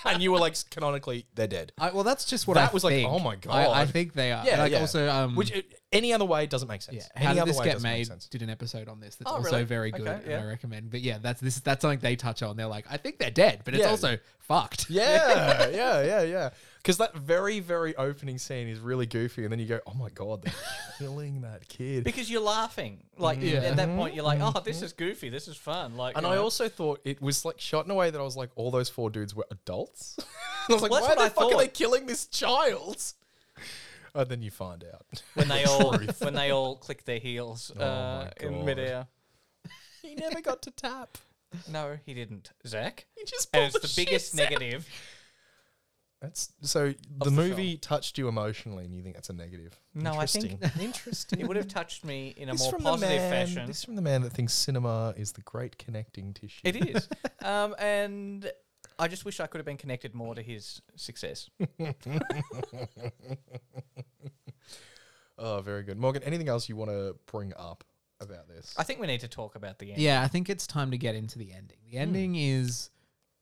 [SPEAKER 2] and you were like, "Canonically, they're dead."
[SPEAKER 1] I, well, that's just what
[SPEAKER 2] That
[SPEAKER 1] I
[SPEAKER 2] was like,
[SPEAKER 1] think.
[SPEAKER 2] oh my
[SPEAKER 1] I, I
[SPEAKER 2] God.
[SPEAKER 1] think they are. like also um,
[SPEAKER 2] which uh, any other way doesn't make sense.
[SPEAKER 1] Yeah.
[SPEAKER 2] any
[SPEAKER 1] How did
[SPEAKER 2] other
[SPEAKER 1] this
[SPEAKER 2] way
[SPEAKER 1] get
[SPEAKER 2] doesn't make
[SPEAKER 1] made?
[SPEAKER 2] sense.
[SPEAKER 1] Did an episode on this that's
[SPEAKER 3] Oh,
[SPEAKER 1] also
[SPEAKER 3] really?
[SPEAKER 1] very good,
[SPEAKER 3] Okay,
[SPEAKER 1] and
[SPEAKER 3] yeah.
[SPEAKER 1] I recommend. But yeah, that's this that's something they touch on. They're like, I think they're dead, but it's
[SPEAKER 2] Yeah.
[SPEAKER 1] also fucked.
[SPEAKER 2] Yeah, (laughs) yeah, yeah, yeah. Because that very, very opening scene is really goofy, and then you go, "Oh my god, they're (laughs) killing that kid."
[SPEAKER 3] Because you're laughing, like
[SPEAKER 2] Mm-hmm.
[SPEAKER 1] Yeah.
[SPEAKER 3] at that point, you're like, "Oh, this is goofy. This is fun." Like,
[SPEAKER 2] and
[SPEAKER 3] you
[SPEAKER 2] I
[SPEAKER 3] know.
[SPEAKER 2] also thought it was like shot in a way that I was like, all those four dudes were adults. (laughs) And I was like,
[SPEAKER 3] Well,
[SPEAKER 2] why
[SPEAKER 3] that's
[SPEAKER 2] the
[SPEAKER 3] what I
[SPEAKER 2] fuck are they
[SPEAKER 3] thought.
[SPEAKER 2] killing this child? (laughs) And then you find out.
[SPEAKER 3] (laughs)
[SPEAKER 2] (laughs)
[SPEAKER 3] when they all when they all click their heels uh,
[SPEAKER 2] Oh my
[SPEAKER 3] in
[SPEAKER 2] God.
[SPEAKER 3] midair.
[SPEAKER 2] he never got to tap.
[SPEAKER 3] No, he didn't, Zach.
[SPEAKER 2] (laughs) He just
[SPEAKER 3] And
[SPEAKER 2] pulled
[SPEAKER 3] it's the biggest
[SPEAKER 2] shits out.
[SPEAKER 3] negative.
[SPEAKER 2] That's so the,
[SPEAKER 3] the
[SPEAKER 2] movie
[SPEAKER 3] film.
[SPEAKER 2] touched you emotionally, and you think that's a negative.
[SPEAKER 3] No, I think-
[SPEAKER 2] Interesting. interesting.
[SPEAKER 3] (laughs) It would have touched me in a
[SPEAKER 2] This
[SPEAKER 3] more
[SPEAKER 2] from the
[SPEAKER 3] positive
[SPEAKER 2] man-
[SPEAKER 3] fashion.
[SPEAKER 2] This from the man that thinks cinema is the great connecting tissue.
[SPEAKER 3] It
[SPEAKER 2] (laughs)
[SPEAKER 3] is. um, and I just wish I could have been connected more to his success.
[SPEAKER 2] Oh, very good, Morgan. Anything else you want to bring up about this?
[SPEAKER 3] I think we need to talk about the end.
[SPEAKER 1] Yeah, I think it's time to get into the ending. The
[SPEAKER 2] Hmm.
[SPEAKER 1] ending is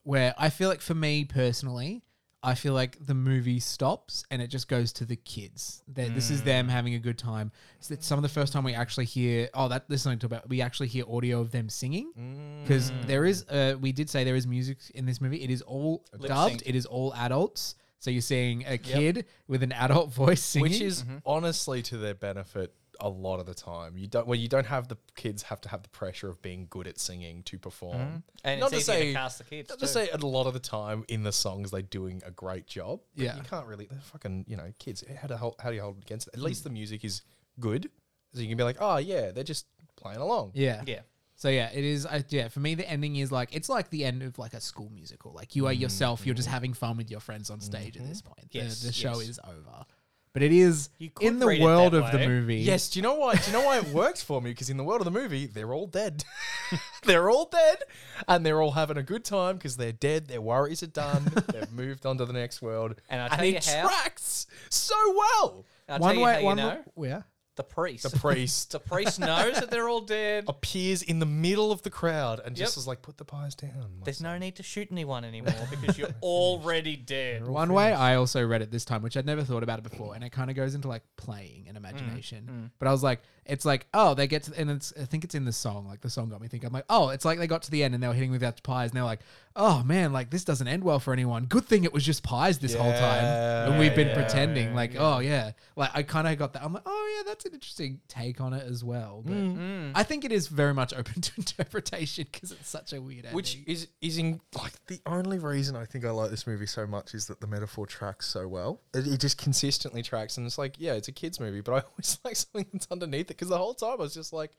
[SPEAKER 1] where I feel like for me personally, I feel like the movie stops and it just goes to the kids. That This is
[SPEAKER 2] Hmm.
[SPEAKER 1] them having a good time. So it's some of the first time we actually hear. Oh, that there's something to talk about. We actually hear audio of them singing
[SPEAKER 2] Hmm.
[SPEAKER 1] because there is. Uh, we did say there is music in this movie. It is all dubbed.
[SPEAKER 3] synced.
[SPEAKER 1] It is all adults. So you're seeing a kid with an adult (laughs) voice singing,
[SPEAKER 2] Which is honestly to their benefit a lot of the time. You don't well, you don't have the kids have to have the pressure of being good at singing to perform.
[SPEAKER 3] And
[SPEAKER 2] Not
[SPEAKER 3] it's
[SPEAKER 2] to
[SPEAKER 3] easier
[SPEAKER 2] say-
[SPEAKER 3] to cast the kids.
[SPEAKER 2] Not to
[SPEAKER 3] too.
[SPEAKER 2] say a lot of the time in the songs they're doing a great job. but
[SPEAKER 1] Yeah.
[SPEAKER 2] you can't really. They're fucking you know kids. How do hold, how do you hold it against it? At least the music is good, so you can be like, oh yeah, they're just playing along.
[SPEAKER 1] yeah,
[SPEAKER 3] yeah.
[SPEAKER 1] So yeah, it is. I, yeah, for me, the ending is like it's like the end of like a school musical. Like you are yourself. You're just having fun with your friends on stage at this point. The-
[SPEAKER 3] Mm-hmm. Yes,
[SPEAKER 1] the, show
[SPEAKER 3] yes.
[SPEAKER 1] is over. But it is
[SPEAKER 3] You could
[SPEAKER 1] in the
[SPEAKER 3] read it
[SPEAKER 1] world
[SPEAKER 3] that
[SPEAKER 1] of the
[SPEAKER 3] way.
[SPEAKER 1] movie.
[SPEAKER 2] Yes, do you know why? Do you know why it worked for me? Because in the world of the movie, they're all dead. (laughs) they're all dead, and they're all having a good time because they're dead. Their worries are
[SPEAKER 3] (laughs)
[SPEAKER 2] done. They've moved on to the next world,
[SPEAKER 3] And I'll tell
[SPEAKER 2] it
[SPEAKER 3] you how-
[SPEAKER 2] tracks so well.
[SPEAKER 3] I'll
[SPEAKER 1] one
[SPEAKER 3] tell you
[SPEAKER 1] way.
[SPEAKER 3] how you
[SPEAKER 1] one
[SPEAKER 3] know.
[SPEAKER 1] way- yeah.
[SPEAKER 3] the priest. (laughs)
[SPEAKER 2] The priest
[SPEAKER 3] the priest knows that they're all dead.
[SPEAKER 2] appears in the middle of the crowd and just
[SPEAKER 3] Yep.
[SPEAKER 2] was like, "Put the pies down."
[SPEAKER 3] There's no need to shoot anyone anymore because (laughs) you're already dead.
[SPEAKER 1] One way I also read it this time, which I'd never thought about it before, and it kind of goes into like playing and imagination. But I was like, it's like, oh, they get to, and it's, I think it's in the song. Like the song got me thinking. I'm like, oh, it's like they got to the end and they were hitting with that pies, and they're like, oh man, like this doesn't end well for anyone. Good thing it was just pies this whole time, and we've been
[SPEAKER 2] Yeah,
[SPEAKER 1] pretending. like, oh yeah, like I kind of got that. I'm like, oh yeah, that's an interesting take on it as well. But I think it is very much open (laughs) to interpretation because it's such a weird ending.
[SPEAKER 2] Which is is in like the only reason I think I like this movie so much is that the metaphor tracks so well. It, it just consistently tracks, and it's like, yeah, it's a kids movie, but I (laughs) always like something that's underneath it because the whole time I was just like,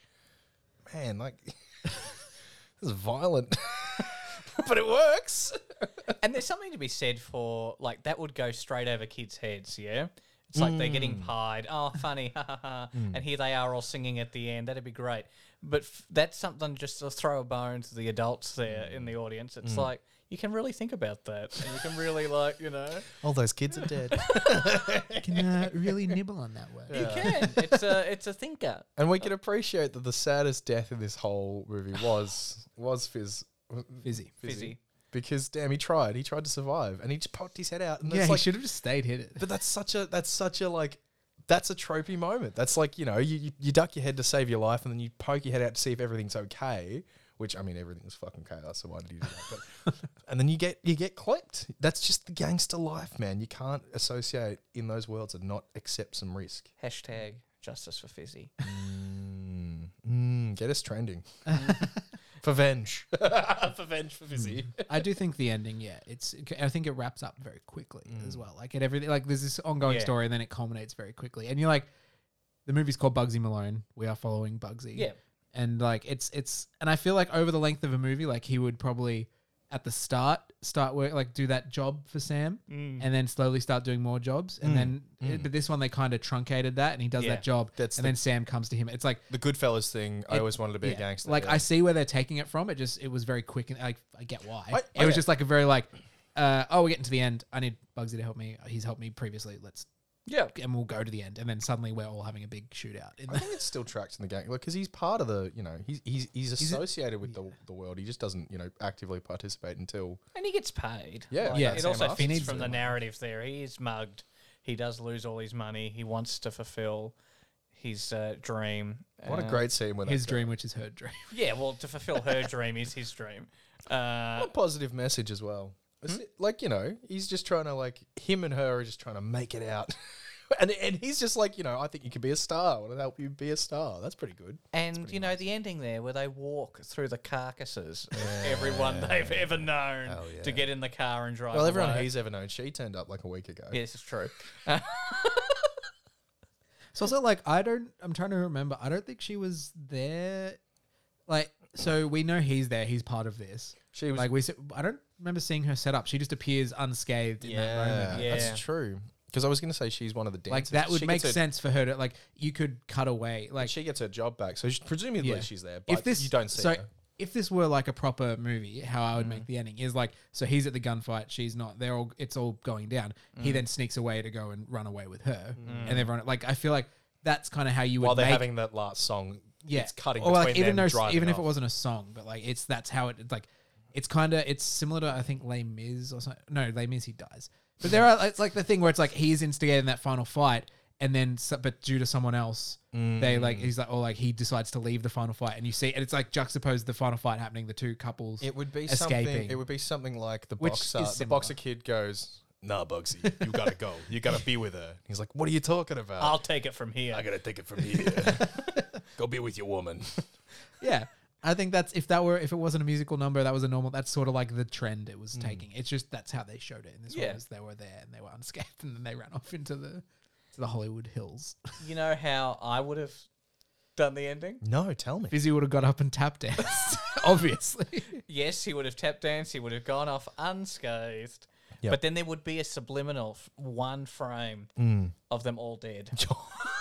[SPEAKER 2] man, like (laughs) this is violent, (laughs) but it works.
[SPEAKER 3] And there's something to be said for like that would go straight over kids' heads, yeah. It's like they're getting pied. Oh, funny, ha ha (laughs) ha! And here they are all singing at the end. That'd be great. But f- that's something just to throw a bone to the adults there in the audience. It's like you can really think about that, and you can really like you (laughs) know
[SPEAKER 2] All those kids are dead,
[SPEAKER 1] (laughs) can uh, really nibble on that word.
[SPEAKER 3] you can. It's a it's a thinker.
[SPEAKER 2] and we can appreciate that the saddest death in this whole movie was was Fizz.
[SPEAKER 1] Fizzy.
[SPEAKER 3] Fizzy.
[SPEAKER 2] Because damn, he tried. He tried to survive, and he just popped his head out. And
[SPEAKER 1] Yeah,
[SPEAKER 2] it's
[SPEAKER 1] he
[SPEAKER 2] like,
[SPEAKER 1] should have just stayed hidden.
[SPEAKER 2] But that's such a that's such a like that's a tropey moment. That's like you know you, you, you duck your head to save your life and then you poke your head out to see if everything's okay. Which I mean everything was fucking chaos, so why did you do that?
[SPEAKER 1] (laughs)
[SPEAKER 2] But, and then you get you get clipped. That's just the gangster life, man. You can't associate in those worlds and not accept some
[SPEAKER 1] (laughs)
[SPEAKER 2] risk.
[SPEAKER 3] Hashtag justice for Fizzy.
[SPEAKER 1] (laughs)
[SPEAKER 2] Mm, get us trending. for Venge. for Venge for Vizzy.
[SPEAKER 1] I do think the ending, yeah, it's. I think it wraps up very quickly as well. Like at everything, like there's this ongoing
[SPEAKER 3] Yeah.
[SPEAKER 1] story, and then it culminates very quickly. And you're like, the movie's called Bugsy Malone. We are following Bugsy.
[SPEAKER 3] Yeah.
[SPEAKER 1] And like it's it's, and I feel like over the length of a movie, like he would probably at the start start work like do that job for Sam, and then slowly start doing more jobs, and then but this one they kind of truncated that, and he does
[SPEAKER 3] Yeah.
[SPEAKER 1] that job,
[SPEAKER 2] That's
[SPEAKER 1] and
[SPEAKER 2] the-
[SPEAKER 1] then Sam comes to him. It's like
[SPEAKER 2] The Goodfellas thing. I
[SPEAKER 1] It-
[SPEAKER 2] always wanted to be
[SPEAKER 1] yeah.
[SPEAKER 2] a gangster.
[SPEAKER 1] Like
[SPEAKER 2] yeah.
[SPEAKER 1] I see where they're taking it from. It just it was very quick and like I get why.
[SPEAKER 2] I-
[SPEAKER 1] it was
[SPEAKER 2] okay.
[SPEAKER 1] just like a very like, uh, oh, we're getting to the end. I need Bugsy to help me. He's helped me previously. Let's
[SPEAKER 3] Yeah.
[SPEAKER 1] and we'll go to the end. And then suddenly we're all having a big shootout. In
[SPEAKER 2] I
[SPEAKER 1] the,
[SPEAKER 2] think it's still tracked in the gang because he's part of the, you know, he's he's, he's
[SPEAKER 1] it-
[SPEAKER 2] associated with the, the world. He just doesn't, you know, actively participate until.
[SPEAKER 3] And he gets paid.
[SPEAKER 2] Yeah,
[SPEAKER 1] Yeah.
[SPEAKER 3] It
[SPEAKER 1] Sam
[SPEAKER 3] also
[SPEAKER 2] Afton.
[SPEAKER 1] He
[SPEAKER 3] fits
[SPEAKER 1] needs
[SPEAKER 3] from
[SPEAKER 1] the
[SPEAKER 3] the
[SPEAKER 1] money.
[SPEAKER 3] narrative there. He is mugged. He does lose all his money. He wants to fulfill his uh, dream.
[SPEAKER 2] What a
[SPEAKER 3] Uh,
[SPEAKER 2] great scene with
[SPEAKER 1] his dream, which is her dream. (laughs)
[SPEAKER 3] Yeah, well, to fulfill her dream is his dream. Uh,
[SPEAKER 2] A positive message as well. It's
[SPEAKER 1] Hmm?
[SPEAKER 2] Like you know, he's just trying to like him and her are just trying to make it out, (laughs) and and he's just like you know, I think you can be a star. I want to help you be a star. That's pretty good.
[SPEAKER 3] and you know the ending there, where they walk through the carcasses of everyone they've ever known
[SPEAKER 2] Hell
[SPEAKER 3] to
[SPEAKER 2] yeah.
[SPEAKER 3] get in the car and drive.
[SPEAKER 2] Well, everyone
[SPEAKER 3] away.
[SPEAKER 2] he's ever known, she turned up like a week ago.
[SPEAKER 3] Yeah, this is true.
[SPEAKER 1] It's also like I don't. I'm trying to remember. I don't think she was there. Like so, we know he's there. He's part of this.
[SPEAKER 2] She was
[SPEAKER 1] Like we. s- I don't remember seeing her set up. She just appears unscathed in that moment.
[SPEAKER 2] Yeah,
[SPEAKER 3] Yeah.
[SPEAKER 2] that's true. Because I was going to say she's one of the dancers.
[SPEAKER 1] Like that would
[SPEAKER 2] She
[SPEAKER 1] make
[SPEAKER 2] gets her-
[SPEAKER 1] sense for her to like. You could cut away. Like
[SPEAKER 2] She gets her job back, so she, presumably
[SPEAKER 1] Yeah.
[SPEAKER 2] she's there. But you don't see
[SPEAKER 1] so
[SPEAKER 2] her. Mm.
[SPEAKER 1] if this were like a proper movie, how I would make the ending is like so he's at the gunfight, she's not. They're all it's all going down.
[SPEAKER 2] Mm.
[SPEAKER 1] He then sneaks away to go and run away with her, and everyone like I feel like that's kind of how you would
[SPEAKER 2] while they're
[SPEAKER 1] make
[SPEAKER 2] having that last song.
[SPEAKER 1] yeah
[SPEAKER 2] it's cutting
[SPEAKER 1] or
[SPEAKER 2] between
[SPEAKER 1] like even
[SPEAKER 2] them
[SPEAKER 1] though
[SPEAKER 2] driving
[SPEAKER 1] even if
[SPEAKER 2] off.
[SPEAKER 1] it wasn't a song, but like it's that's how it it's like it's kind of it's similar to I think Les Mis or something. No, Les Mis he dies, but there are it's like the thing where it's like he's instigating that final fight. And then, so- but due to someone else, they
[SPEAKER 2] Mm.
[SPEAKER 1] like he's like, oh, like he decides to leave the final fight, and you see, and it's like juxtaposed the final fight happening, the two couples.
[SPEAKER 2] It would be
[SPEAKER 1] escaping.
[SPEAKER 2] something. It would be something like the
[SPEAKER 1] Which
[SPEAKER 2] boxer.
[SPEAKER 1] is
[SPEAKER 2] The
[SPEAKER 1] similar.
[SPEAKER 2] boxer kid goes, "Nah, Bugsy, you gotta go. You gotta be with her." He's like, "What are you talking about?
[SPEAKER 3] I'll take it from here.
[SPEAKER 2] I gotta take it
[SPEAKER 1] (laughs)
[SPEAKER 2] from here. go be with your woman."
[SPEAKER 1] yeah, I think that's if that were if it wasn't a musical number, that was a normal. That's sort of like the trend it
[SPEAKER 2] Mm.
[SPEAKER 1] was taking. It's just that's how they showed it in this
[SPEAKER 3] Yeah.
[SPEAKER 1] one. Is they were there and they were unscathed, (laughs) and then they ran off into the to the Hollywood hills.
[SPEAKER 3] You know how I would have done the ending?
[SPEAKER 2] No, tell me.
[SPEAKER 1] Fizzy would have got up and tap danced, (laughs) obviously.
[SPEAKER 3] Yes, he would have tap danced. He would have gone off unscathed.
[SPEAKER 2] Yep.
[SPEAKER 3] But then there would be a subliminal f- one frame of them all dead.
[SPEAKER 2] (laughs)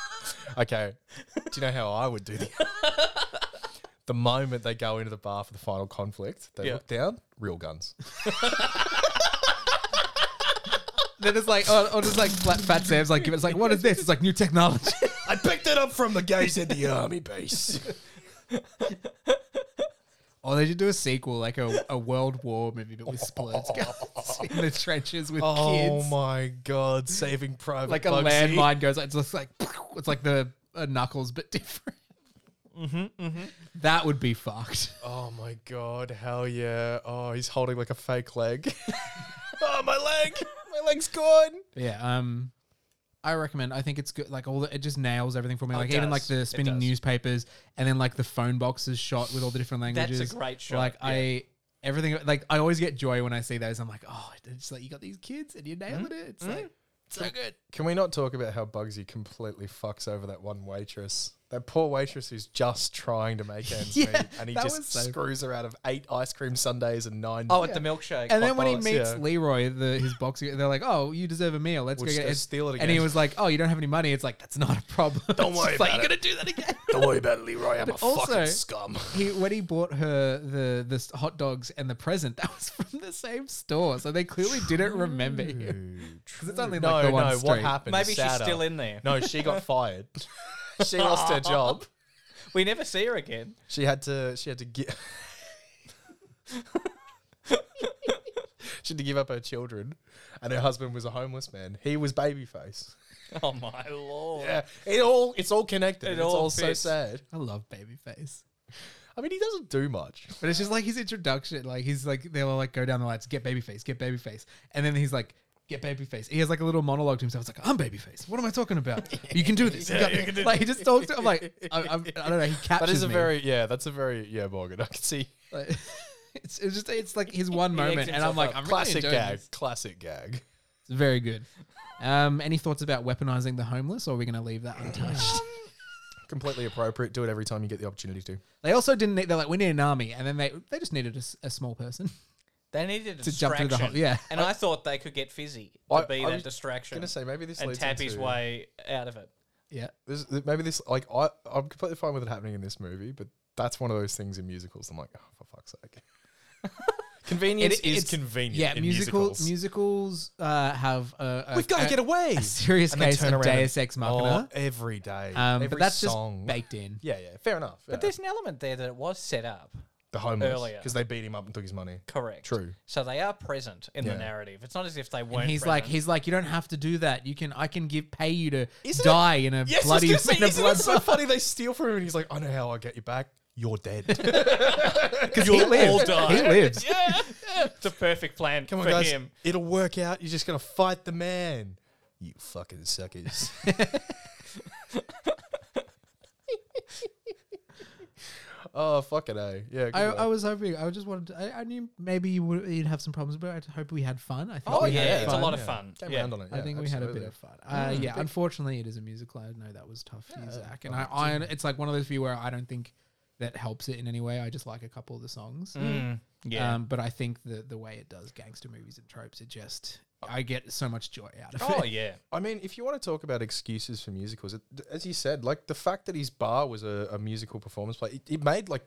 [SPEAKER 2] okay, do you know how I would do that? (laughs) the moment they go into the bar for the final conflict, they
[SPEAKER 3] Yeah.
[SPEAKER 2] look down, real guns.
[SPEAKER 1] Then it's like, or, or just like flat, Fat Sam's like, give it's like, what is this? It's like new technology.
[SPEAKER 2] I picked it up from the guys at the army (laughs) base.
[SPEAKER 1] or they should do a sequel, like a, a World War movie, but with splurts (laughs) in the trenches with
[SPEAKER 2] Oh
[SPEAKER 1] kids.
[SPEAKER 2] my god, saving private
[SPEAKER 1] Like a
[SPEAKER 2] Bugsy.
[SPEAKER 1] landmine goes, it's just like, it's like the uh, knuckles, but different. Mm-hmm, That would be fucked.
[SPEAKER 2] Oh my god, hell yeah. Oh, he's holding like a fake leg. (laughs) oh, my leg. My leg's gone.
[SPEAKER 1] Yeah. Um, I recommend. I think it's good. Like all the, it just nails everything for me.
[SPEAKER 3] Oh, it
[SPEAKER 1] Like even
[SPEAKER 3] does.
[SPEAKER 1] like the
[SPEAKER 3] It
[SPEAKER 1] spinning
[SPEAKER 3] does.
[SPEAKER 1] newspapers, and then like the phone boxes shot with all the different
[SPEAKER 3] That's a
[SPEAKER 1] languages.
[SPEAKER 3] great shot,
[SPEAKER 1] Like
[SPEAKER 3] yeah.
[SPEAKER 1] I everything. Like I always get joy when I see those. I'm like, oh, it's like you got these kids and you're nailing it. It's like so good.
[SPEAKER 2] Can we not talk about how Bugsy completely fucks over that one waitress? That poor waitress who's just trying
[SPEAKER 1] (laughs)
[SPEAKER 2] to make ends
[SPEAKER 1] Yeah,
[SPEAKER 2] meet, and he
[SPEAKER 1] that
[SPEAKER 2] just
[SPEAKER 1] was so-
[SPEAKER 2] screws her out of eight ice cream sundaes and nine.
[SPEAKER 3] Oh, at the milkshake.
[SPEAKER 1] And then when he
[SPEAKER 2] dogs,
[SPEAKER 1] meets
[SPEAKER 2] yeah.
[SPEAKER 1] Leroy, the his boxer, they're like, "Oh, you deserve a meal. Let's
[SPEAKER 2] We'll
[SPEAKER 1] go
[SPEAKER 2] just
[SPEAKER 1] get
[SPEAKER 2] go
[SPEAKER 1] it."
[SPEAKER 2] steal it
[SPEAKER 1] And he
[SPEAKER 2] again.
[SPEAKER 1] was like, "Oh, you don't have any money." It's like that's not a problem. (laughs) Don't
[SPEAKER 2] worry
[SPEAKER 1] like,
[SPEAKER 2] about
[SPEAKER 1] You're
[SPEAKER 2] it."
[SPEAKER 1] gonna do that again.
[SPEAKER 2] don't worry about it, Leroy. I'm
[SPEAKER 1] But also-
[SPEAKER 2] scum.
[SPEAKER 1] he when he bought her the the s- hot dogs and the present, (laughs) that was from the same store. So they clearly didn't remember him.
[SPEAKER 2] Because
[SPEAKER 1] it's only,
[SPEAKER 2] no,
[SPEAKER 1] like, the
[SPEAKER 2] no.
[SPEAKER 1] one
[SPEAKER 2] what
[SPEAKER 1] street.
[SPEAKER 2] happened?
[SPEAKER 3] Maybe she's
[SPEAKER 2] Sadder.
[SPEAKER 3] still in there.
[SPEAKER 2] No,
[SPEAKER 1] (laughs)
[SPEAKER 2] she got fired. she lost her job.
[SPEAKER 3] We never see her again.
[SPEAKER 2] She had to. She had to give. (laughs) she had to give up her children, and her husband was a homeless man. He was babyface.
[SPEAKER 3] Oh, my lord.
[SPEAKER 2] Yeah, it all. It's all connected.
[SPEAKER 3] It
[SPEAKER 2] it's
[SPEAKER 3] all
[SPEAKER 2] all,
[SPEAKER 3] fits.
[SPEAKER 2] so sad.
[SPEAKER 1] I love Babyface,
[SPEAKER 2] I mean, he doesn't do much.
[SPEAKER 1] but it's just like his introduction. Like he's like they'll like go down the lights, get Babyface, get Babyface, and then he's like get babyface. He has like a little monologue to himself. It's like, I'm babyface. What am I talking about? you can
[SPEAKER 2] (laughs)
[SPEAKER 1] do this. You got- like he just talks. To, I'm like, I, I'm, I don't know. He captures
[SPEAKER 2] That is a
[SPEAKER 1] me.
[SPEAKER 2] very yeah. That's a very yeah, Morgan. I can see
[SPEAKER 1] Like, (laughs) it's, it's just it's like
[SPEAKER 2] (laughs)
[SPEAKER 1] his one
[SPEAKER 3] He eggs
[SPEAKER 1] moment, and I'm
[SPEAKER 3] himself
[SPEAKER 1] like,
[SPEAKER 3] up.
[SPEAKER 1] I'm
[SPEAKER 2] classic
[SPEAKER 1] really enjoying
[SPEAKER 2] gag.
[SPEAKER 1] this.
[SPEAKER 2] Classic gag.
[SPEAKER 1] It's very good. Um, any thoughts about weaponizing the homeless, or are we going to leave that
[SPEAKER 2] Um,
[SPEAKER 1] untouched?
[SPEAKER 2] Completely appropriate. Do it every time you get the opportunity to.
[SPEAKER 1] (laughs) they also didn't. Need, they're like, we need an army, and then they they just needed a, s- a small
[SPEAKER 2] (laughs)
[SPEAKER 1] person.
[SPEAKER 3] They needed a
[SPEAKER 1] To jump
[SPEAKER 3] distraction.
[SPEAKER 1] through the hole, yeah.
[SPEAKER 3] And I, thought they could get fizzy to
[SPEAKER 2] I-
[SPEAKER 3] be
[SPEAKER 2] I
[SPEAKER 3] that
[SPEAKER 2] was
[SPEAKER 3] distraction
[SPEAKER 2] Gonna say maybe this
[SPEAKER 3] and
[SPEAKER 2] leads
[SPEAKER 3] tap his
[SPEAKER 2] into-
[SPEAKER 3] way out of it.
[SPEAKER 1] yeah,
[SPEAKER 2] This, maybe this like I I'm completely fine with it happening in this movie, but that's one of those things in musicals. I'm like, oh, for fuck's sake.
[SPEAKER 4] Convenience
[SPEAKER 1] It-
[SPEAKER 4] is
[SPEAKER 1] it's-
[SPEAKER 4] convenient.
[SPEAKER 1] yeah.
[SPEAKER 4] in
[SPEAKER 1] musical,
[SPEAKER 4] musicals.
[SPEAKER 1] musicals uh, have a, a,
[SPEAKER 2] We've got to
[SPEAKER 1] a-
[SPEAKER 2] get away.
[SPEAKER 1] a serious
[SPEAKER 2] And they
[SPEAKER 1] case
[SPEAKER 2] turn
[SPEAKER 1] of
[SPEAKER 2] around and-
[SPEAKER 1] Deus Ex Machina.
[SPEAKER 2] Oh, every day.
[SPEAKER 1] um,
[SPEAKER 2] every
[SPEAKER 1] but that's
[SPEAKER 2] song.
[SPEAKER 1] just baked in.
[SPEAKER 2] Yeah, yeah, fair enough.
[SPEAKER 3] But there's an element there that it was set up.
[SPEAKER 2] the homeless
[SPEAKER 3] earlier.
[SPEAKER 2] because they beat him up and took his (laughs) money.
[SPEAKER 3] Correct.
[SPEAKER 2] True.
[SPEAKER 3] So they are present in
[SPEAKER 2] Yeah.
[SPEAKER 3] the narrative. It's not as if they weren't.
[SPEAKER 1] And he's like, he's like, you don't have to do that. You can, I can give, pay you to
[SPEAKER 2] Isn't it-
[SPEAKER 1] die in a
[SPEAKER 2] Yes,
[SPEAKER 1] bloody,
[SPEAKER 2] I was
[SPEAKER 1] (laughs)
[SPEAKER 2] gonna
[SPEAKER 1] in a
[SPEAKER 2] say, isn't it
[SPEAKER 1] blood
[SPEAKER 2] so funny they steal from him and he's like, I know how I'll get you back. You're (laughs) dead.
[SPEAKER 1] because he lives.
[SPEAKER 3] die.
[SPEAKER 1] He lives.
[SPEAKER 3] yeah, it's a perfect plan
[SPEAKER 2] Come on,
[SPEAKER 3] for
[SPEAKER 2] guys.
[SPEAKER 3] him.
[SPEAKER 2] It'll work out. You're just gonna fight the man. You fucking (laughs) suckers. oh fucking a yeah. good
[SPEAKER 1] I, I
[SPEAKER 2] work.
[SPEAKER 1] was hoping. I just wanted. To, I, I knew maybe you would, you'd have some problems, but I hope we had fun. I think.
[SPEAKER 3] Oh
[SPEAKER 1] we
[SPEAKER 3] yeah,
[SPEAKER 1] had
[SPEAKER 3] it's a
[SPEAKER 1] fun.
[SPEAKER 3] lot of fun.
[SPEAKER 2] Came
[SPEAKER 3] yeah.
[SPEAKER 2] around on it.
[SPEAKER 1] I
[SPEAKER 2] yeah,
[SPEAKER 1] think we had a bit
[SPEAKER 2] absolutely.
[SPEAKER 1] of fun. Uh, yeah, unfortunately, it is a musical. I know that was tough for you, Zach. And I, I, it's like one of those few where I don't think that helps it in any way. I just like a couple of the songs.
[SPEAKER 3] Mm, yeah.
[SPEAKER 1] Um, but I think the the way it does gangster movies and tropes, it just I get so much joy out of
[SPEAKER 2] (laughs)
[SPEAKER 3] oh
[SPEAKER 1] it.
[SPEAKER 3] yeah.
[SPEAKER 2] I mean, if you want to talk about excuses for musicals, it, as you said, like the fact that his bar was a, a musical performance play, it, it made like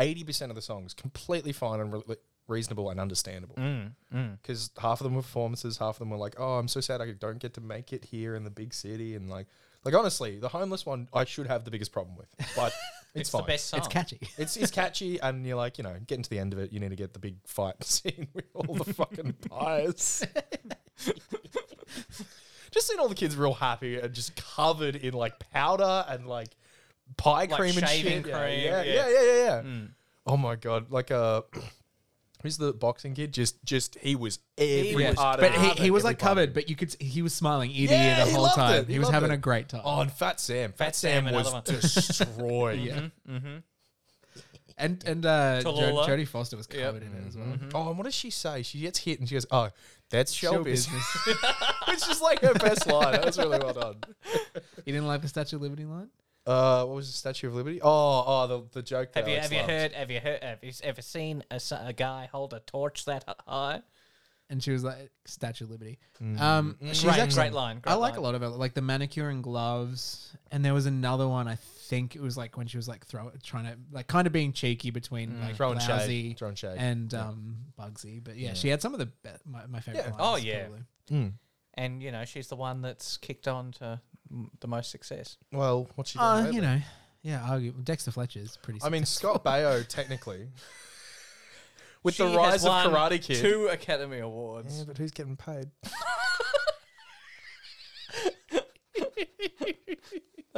[SPEAKER 2] eighty percent of the songs completely fine and re- reasonable and understandable.
[SPEAKER 3] Mm, mm.
[SPEAKER 2] because half of them were performances, half of them were like, "Oh, I'm so sad I don't get to make it here in the big city," and like, like honestly, the homeless one I should have the biggest problem with,
[SPEAKER 3] (laughs)
[SPEAKER 2] but it's,
[SPEAKER 3] It's
[SPEAKER 2] fine.
[SPEAKER 3] the best song.
[SPEAKER 1] It's catchy.
[SPEAKER 2] It's it's catchy, and you're like, you know, getting to the end of it, you need to get the big fight (laughs) scene with all the
[SPEAKER 3] (laughs)
[SPEAKER 2] fucking pies. just seeing all the kids real happy and just covered in like powder and like pie
[SPEAKER 3] Like
[SPEAKER 2] cream and shit.
[SPEAKER 3] shaving cream,
[SPEAKER 2] yeah, yeah,
[SPEAKER 3] yeah. Hmm.
[SPEAKER 2] yeah, yeah, yeah. yeah. Oh my god, like uh (clears throat) Who's the boxing kid? Just, just he was
[SPEAKER 1] (laughs)
[SPEAKER 2] every
[SPEAKER 3] was-
[SPEAKER 2] part of
[SPEAKER 1] But he,
[SPEAKER 2] it,
[SPEAKER 1] he was
[SPEAKER 2] every
[SPEAKER 1] like
[SPEAKER 2] part of it.
[SPEAKER 1] covered, but you could s- he was smiling ear to
[SPEAKER 2] Yeah,
[SPEAKER 1] ear the
[SPEAKER 2] he
[SPEAKER 1] whole
[SPEAKER 2] loved
[SPEAKER 1] time.
[SPEAKER 2] it.
[SPEAKER 1] He,
[SPEAKER 2] He
[SPEAKER 1] was
[SPEAKER 2] loved
[SPEAKER 1] having
[SPEAKER 2] it.
[SPEAKER 1] a great time.
[SPEAKER 2] Oh, and Fat Sam. Fat, Sam,
[SPEAKER 3] Sam,
[SPEAKER 2] was
[SPEAKER 3] another one. (laughs)
[SPEAKER 2] destroyed.
[SPEAKER 1] and and uh, Jo-
[SPEAKER 3] Tallulah.
[SPEAKER 1] Jodie Foster was covered in it as well.
[SPEAKER 2] Oh, and what does she say? She gets hit and she goes, "Oh, that's show,
[SPEAKER 1] Show
[SPEAKER 2] business." (laughs)
[SPEAKER 1] business.
[SPEAKER 2] Which is like her best line. That was really well done.
[SPEAKER 1] you didn't like the Statue of Liberty line?
[SPEAKER 2] Uh, what was the Statue of Liberty? Oh, oh, the, the joke. that
[SPEAKER 3] Have you
[SPEAKER 2] Alex
[SPEAKER 3] have you
[SPEAKER 2] loved.
[SPEAKER 3] heard have you heard have you ever seen a, s- a guy hold a torch that high?
[SPEAKER 1] And she was like Statue of Liberty.
[SPEAKER 2] Mm.
[SPEAKER 1] Um, she's
[SPEAKER 3] great,
[SPEAKER 1] actually-
[SPEAKER 3] great line. Great
[SPEAKER 1] I like
[SPEAKER 3] line.
[SPEAKER 1] a lot of it, like the manicure and gloves. And there was another one. I think it was like when she was like throw trying to like kind of being cheeky between
[SPEAKER 3] Mm.
[SPEAKER 1] like
[SPEAKER 2] Mm. Throwing shade,
[SPEAKER 1] Lousy
[SPEAKER 2] throwing shade.
[SPEAKER 1] and um, Bugsy. But yeah, she had some of the be- my, my favorite.
[SPEAKER 2] Yeah.
[SPEAKER 1] Lines,
[SPEAKER 3] Oh, yeah.
[SPEAKER 1] probably.
[SPEAKER 2] Mm.
[SPEAKER 3] And you know she's the one that's kicked on to mm, the most success.
[SPEAKER 2] Well, what's she done
[SPEAKER 1] Uh,
[SPEAKER 2] lately?
[SPEAKER 1] you know, yeah. Argue. Dexter Fletcher's pretty.
[SPEAKER 2] (laughs) I mean, Scott Baio technically, (laughs) with
[SPEAKER 3] She
[SPEAKER 2] the rise
[SPEAKER 3] has
[SPEAKER 2] of
[SPEAKER 3] won
[SPEAKER 2] Karate Kid.
[SPEAKER 3] two Academy Awards.
[SPEAKER 2] but who's getting paid?
[SPEAKER 3] (laughs)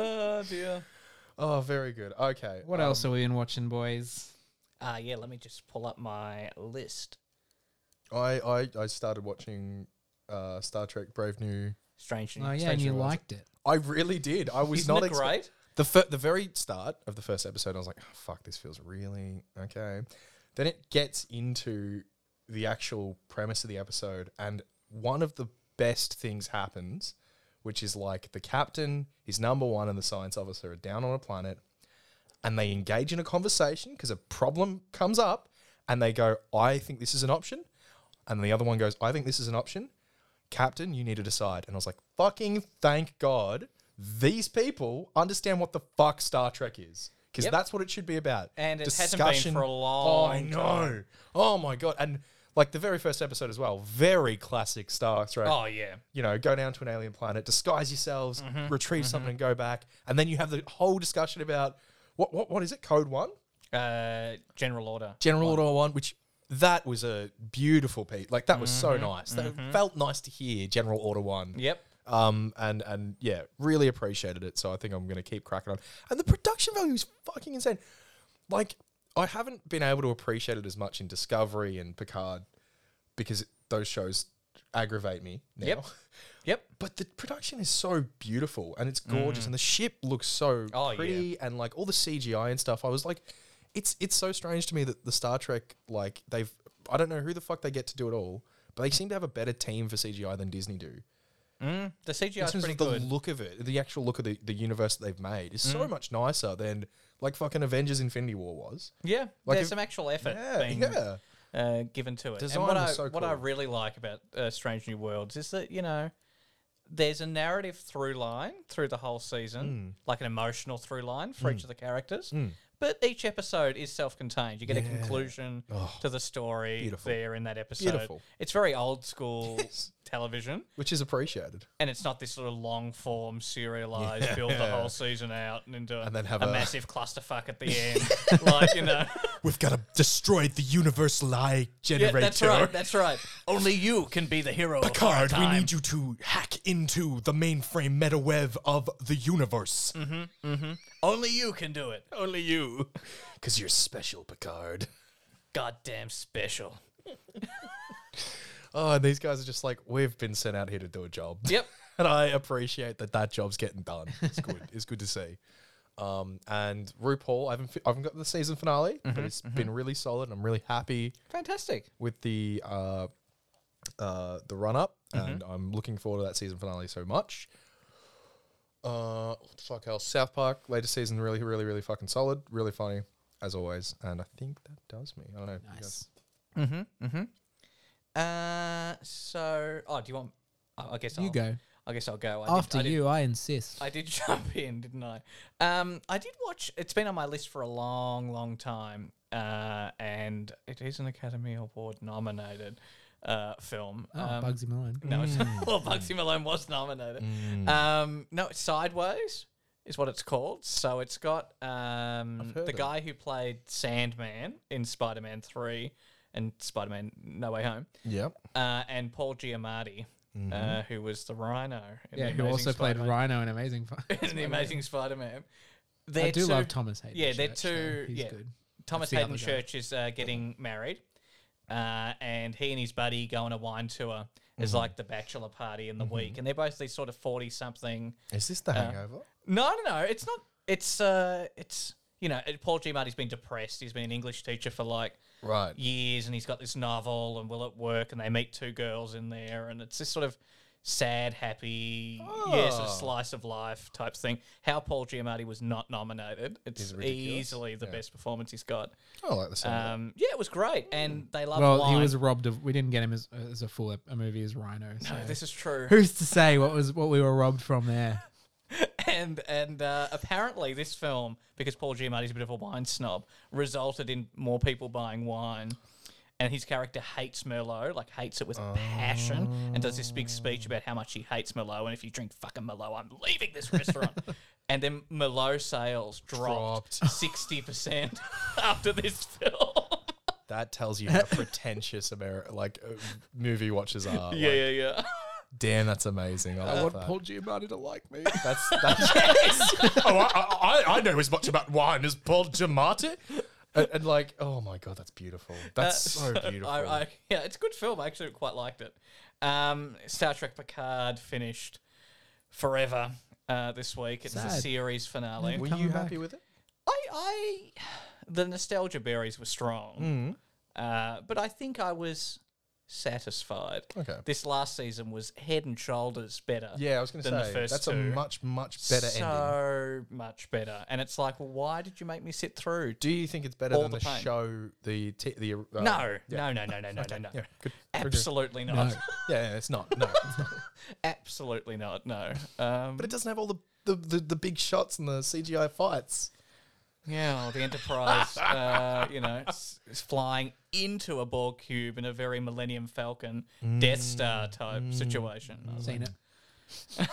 [SPEAKER 3] Oh dear.
[SPEAKER 2] Oh, very good. Okay.
[SPEAKER 1] what else are we in watching, boys?
[SPEAKER 3] Ah, yeah. Let me just pull up my list.
[SPEAKER 2] I, I, I started watching uh, Star Trek: Brave New.
[SPEAKER 3] Strange.
[SPEAKER 1] Oh yeah, and
[SPEAKER 2] Station
[SPEAKER 1] you
[SPEAKER 2] Ones.
[SPEAKER 1] liked it.
[SPEAKER 2] I really did. I was
[SPEAKER 3] Isn't
[SPEAKER 2] not
[SPEAKER 3] it
[SPEAKER 2] expect-
[SPEAKER 3] great?
[SPEAKER 2] the fir- the very start of the first episode. I was like, oh, "Fuck, this feels really okay." Then it gets into the actual premise of the episode, and one of the best things happens, which is like the captain, his number one, and the science officer are down on a planet, and they engage in a conversation because a problem comes up, and they go, "I think this is an option," and the other one goes, "I think this is an option." Captain, you need to decide. And I was like, fucking thank God these people understand what the fuck Star Trek is. Because
[SPEAKER 3] Yep.
[SPEAKER 2] that's what it should be about.
[SPEAKER 3] And it hasn't been for a long
[SPEAKER 2] Oh, I know. Oh my God. And like the very first episode as well, very classic Star Trek.
[SPEAKER 3] Oh yeah.
[SPEAKER 2] You know, go down to an alien planet, disguise yourselves, retrieve something and go back. And then you have the whole discussion about what what, what is it? Code one?
[SPEAKER 3] Uh, General Order.
[SPEAKER 2] General Order One, which that was a beautiful piece. Like that was so nice. That felt nice to hear General Order One.
[SPEAKER 3] Yep.
[SPEAKER 2] Um and and yeah, really appreciated it. So I think I'm gonna keep cracking on. And the production value is fucking insane. Like I haven't been able to appreciate it as much in Discovery and Picard because those shows aggravate me now.
[SPEAKER 3] Yep. Yep.
[SPEAKER 2] (laughs) But the production is so beautiful and it's gorgeous and the ship looks so
[SPEAKER 3] Mm. Oh, yeah.
[SPEAKER 2] pretty and like all the CGI and stuff. I was like, it's it's so strange to me that the Star Trek like they've I don't know who the fuck they get to do it all, but they seem to have a better team for CGI than Disney do.
[SPEAKER 3] The
[SPEAKER 2] In
[SPEAKER 3] CGI is
[SPEAKER 2] terms
[SPEAKER 3] pretty
[SPEAKER 2] of the
[SPEAKER 3] good. Mm.
[SPEAKER 2] look of it, the actual look of the, the universe that they've made is so much nicer than like fucking Avengers Infinity War was.
[SPEAKER 3] yeah,
[SPEAKER 2] Like
[SPEAKER 3] there's
[SPEAKER 2] if-
[SPEAKER 3] some actual effort
[SPEAKER 2] Yeah,
[SPEAKER 3] being
[SPEAKER 2] yeah.
[SPEAKER 3] uh, given to it.
[SPEAKER 2] Design
[SPEAKER 3] and what I
[SPEAKER 2] was so
[SPEAKER 3] what I
[SPEAKER 2] cool.
[SPEAKER 3] really like about uh, Strange New Worlds is that you know there's a narrative through line through the whole season,
[SPEAKER 2] Hmm.
[SPEAKER 3] like an emotional through line for each of the characters. But each episode is self-contained. You get a conclusion to the story
[SPEAKER 2] Oh, beautiful.
[SPEAKER 3] there in that episode.
[SPEAKER 2] Beautiful.
[SPEAKER 3] It's very
[SPEAKER 2] (laughs)
[SPEAKER 3] old school television,
[SPEAKER 2] Which is appreciated.
[SPEAKER 3] and it's not this sort of long form, serialized build the whole season out and into
[SPEAKER 2] And then have
[SPEAKER 3] a
[SPEAKER 2] a-
[SPEAKER 3] massive clusterfuck at the
[SPEAKER 2] (laughs)
[SPEAKER 3] end, like you know.
[SPEAKER 2] We've got to destroy the universal lie
[SPEAKER 3] Yeah,
[SPEAKER 2] generator.
[SPEAKER 3] that's right. That's right. Only you can be the hero.
[SPEAKER 2] Picard,
[SPEAKER 3] of our
[SPEAKER 2] we
[SPEAKER 3] time.
[SPEAKER 2] need you to hack into the mainframe meta web of the universe.
[SPEAKER 3] Mm-hmm. Only you can do it.
[SPEAKER 2] Only you. Because you're special, Picard.
[SPEAKER 3] Goddamn special.
[SPEAKER 2] Oh, and these guys are just like, we've been sent out here to do a
[SPEAKER 3] (laughs)
[SPEAKER 2] job.
[SPEAKER 3] Yep.
[SPEAKER 2] (laughs) and I appreciate that that job's getting done. It's (laughs) good. it's good to see. Um, and RuPaul, I haven't, fi- I haven't got the season finale, but it's been really solid. I'm really happy
[SPEAKER 3] Fantastic.
[SPEAKER 2] with the uh, uh, the run up, and I'm looking forward to that season finale so much. Uh, what the fuck else? South Park latest season really, really, really fucking solid, really funny as always, and I think that does me. I don't know. if you guys-
[SPEAKER 1] Nice.
[SPEAKER 2] Mm-hmm,
[SPEAKER 3] Uh, so oh, do you want? I Oh, I guess
[SPEAKER 1] You
[SPEAKER 3] I'll,
[SPEAKER 1] go.
[SPEAKER 3] I guess I'll go. I did-
[SPEAKER 1] After
[SPEAKER 3] I did,
[SPEAKER 1] you, I insist.
[SPEAKER 3] I did (laughs) jump in, didn't I? Um, I did watch. It's been on my list for a long, long time, uh, and it is an Academy Award nominated uh, film.
[SPEAKER 1] oh,
[SPEAKER 3] um,
[SPEAKER 1] Bugsy Malone.
[SPEAKER 3] No, it's (laughs) well, Bugsy Malone was nominated. Um, no, it's Sideways is what it's called. So it's got um,
[SPEAKER 2] heard
[SPEAKER 3] the
[SPEAKER 2] of
[SPEAKER 3] guy who played Sandman in Spider Man 3 and Spider Man No Way Home,
[SPEAKER 2] Yep.
[SPEAKER 3] uh, and Paul Giamatti, uh, who was the Rhino. In
[SPEAKER 1] Yeah,
[SPEAKER 3] The
[SPEAKER 1] who
[SPEAKER 3] Amazing
[SPEAKER 1] also played
[SPEAKER 3] Spider-Man-
[SPEAKER 1] Rhino in Amazing Fun.
[SPEAKER 3] in The Amazing Spider Man.
[SPEAKER 1] I do love Thomas Hayden.
[SPEAKER 3] Yeah, they're
[SPEAKER 1] Church,
[SPEAKER 3] two.
[SPEAKER 1] though. He's
[SPEAKER 3] yeah,
[SPEAKER 1] good.
[SPEAKER 3] Thomas
[SPEAKER 1] the
[SPEAKER 3] Hayden
[SPEAKER 1] other guy.
[SPEAKER 3] Church is uh, getting married, uh, and he and his buddy go on a wine tour as
[SPEAKER 1] Mm-hmm.
[SPEAKER 3] like the bachelor party in the week, and they're both these sort of forty something.
[SPEAKER 2] Is this the Hangover?
[SPEAKER 3] No, no, no. It's not. It's uh, it's you know, it- Paul Giamatti's been depressed. He's been an English teacher for like
[SPEAKER 2] Right.
[SPEAKER 3] years, and he's got this novel, and will it work? And they meet two girls in there, and it's this sort of sad, happy, yeah, sort of
[SPEAKER 2] Oh.
[SPEAKER 3] slice of life type thing. How Paul Giamatti was not nominated? It's
[SPEAKER 2] ridiculous.
[SPEAKER 3] easily the
[SPEAKER 2] Yeah.
[SPEAKER 3] best performance he's got.
[SPEAKER 2] I like the sound.
[SPEAKER 3] Um, yeah, it was great, and they love
[SPEAKER 1] Well,
[SPEAKER 3] wine.
[SPEAKER 1] he was robbed of. We didn't get him as, as a full ep- a movie as Rhino. So.
[SPEAKER 3] No, (sighs) this is true.
[SPEAKER 1] (laughs) Who's to say what was what we were robbed from
[SPEAKER 3] (laughs)
[SPEAKER 1] there?
[SPEAKER 3] and and uh, apparently, this film, because Paul Giamatti's a bit of a wine snob, resulted in more people buying wine. And his character hates Merlot, like hates it with a passion, and does this big speech about how much he hates Merlot. And if you drink fucking Merlot, I'm leaving this (laughs) restaurant. and then Merlot sales dropped sixty percent (laughs) after this film.
[SPEAKER 2] That tells
[SPEAKER 3] (laughs)
[SPEAKER 2] you how pretentious Ameri- like uh, movie watchers are.
[SPEAKER 3] yeah,
[SPEAKER 2] Like,
[SPEAKER 3] yeah, yeah.
[SPEAKER 2] Damn, that's amazing. I,
[SPEAKER 3] Uh,
[SPEAKER 2] love that. (laughs)
[SPEAKER 1] Giamatti to like me.
[SPEAKER 3] (laughs)
[SPEAKER 2] That's that's. (laughs) oh, I, I, I know as much about wine as Paul Giamatti. And, and like, oh my god, that's beautiful. That's
[SPEAKER 3] Uh,
[SPEAKER 2] so beautiful.
[SPEAKER 3] (laughs) I, I, yeah, it's a good film. I actually quite liked it. Um, Star Trek Picard finished forever uh, this week. It's the
[SPEAKER 1] Sad.
[SPEAKER 3] series finale.
[SPEAKER 2] Were
[SPEAKER 1] coming
[SPEAKER 2] you happy
[SPEAKER 1] back.
[SPEAKER 2] with it?
[SPEAKER 3] I, I, the nostalgia berries were strong,
[SPEAKER 2] Mm.
[SPEAKER 3] uh, but I think I was satisfied.
[SPEAKER 2] Okay.
[SPEAKER 3] This last season was head and shoulders better.
[SPEAKER 2] Yeah, I was going to
[SPEAKER 3] than the
[SPEAKER 2] say
[SPEAKER 3] first
[SPEAKER 2] that's a
[SPEAKER 3] two.
[SPEAKER 2] much much better ending.
[SPEAKER 3] so much better. And it's like, well, why did you make me sit through?
[SPEAKER 2] Do you think it's better
[SPEAKER 3] All
[SPEAKER 2] than
[SPEAKER 3] the
[SPEAKER 2] the,
[SPEAKER 3] pain.
[SPEAKER 2] show? The t- the uh,
[SPEAKER 3] no, no, no, no, no, no, no, no.
[SPEAKER 2] yeah, good.
[SPEAKER 3] Absolutely not.
[SPEAKER 2] yeah, yeah, it's not. No, it's not.
[SPEAKER 3] Absolutely not. No. Um,
[SPEAKER 2] but it doesn't have all the, the the the big shots and the CGI fights.
[SPEAKER 3] Yeah, well, the Enterprise, uh, you know, it's, it's flying into a Borg cube in a very Millennium Falcon, Death Star type situation. I was
[SPEAKER 1] Seen
[SPEAKER 3] like-
[SPEAKER 1] it.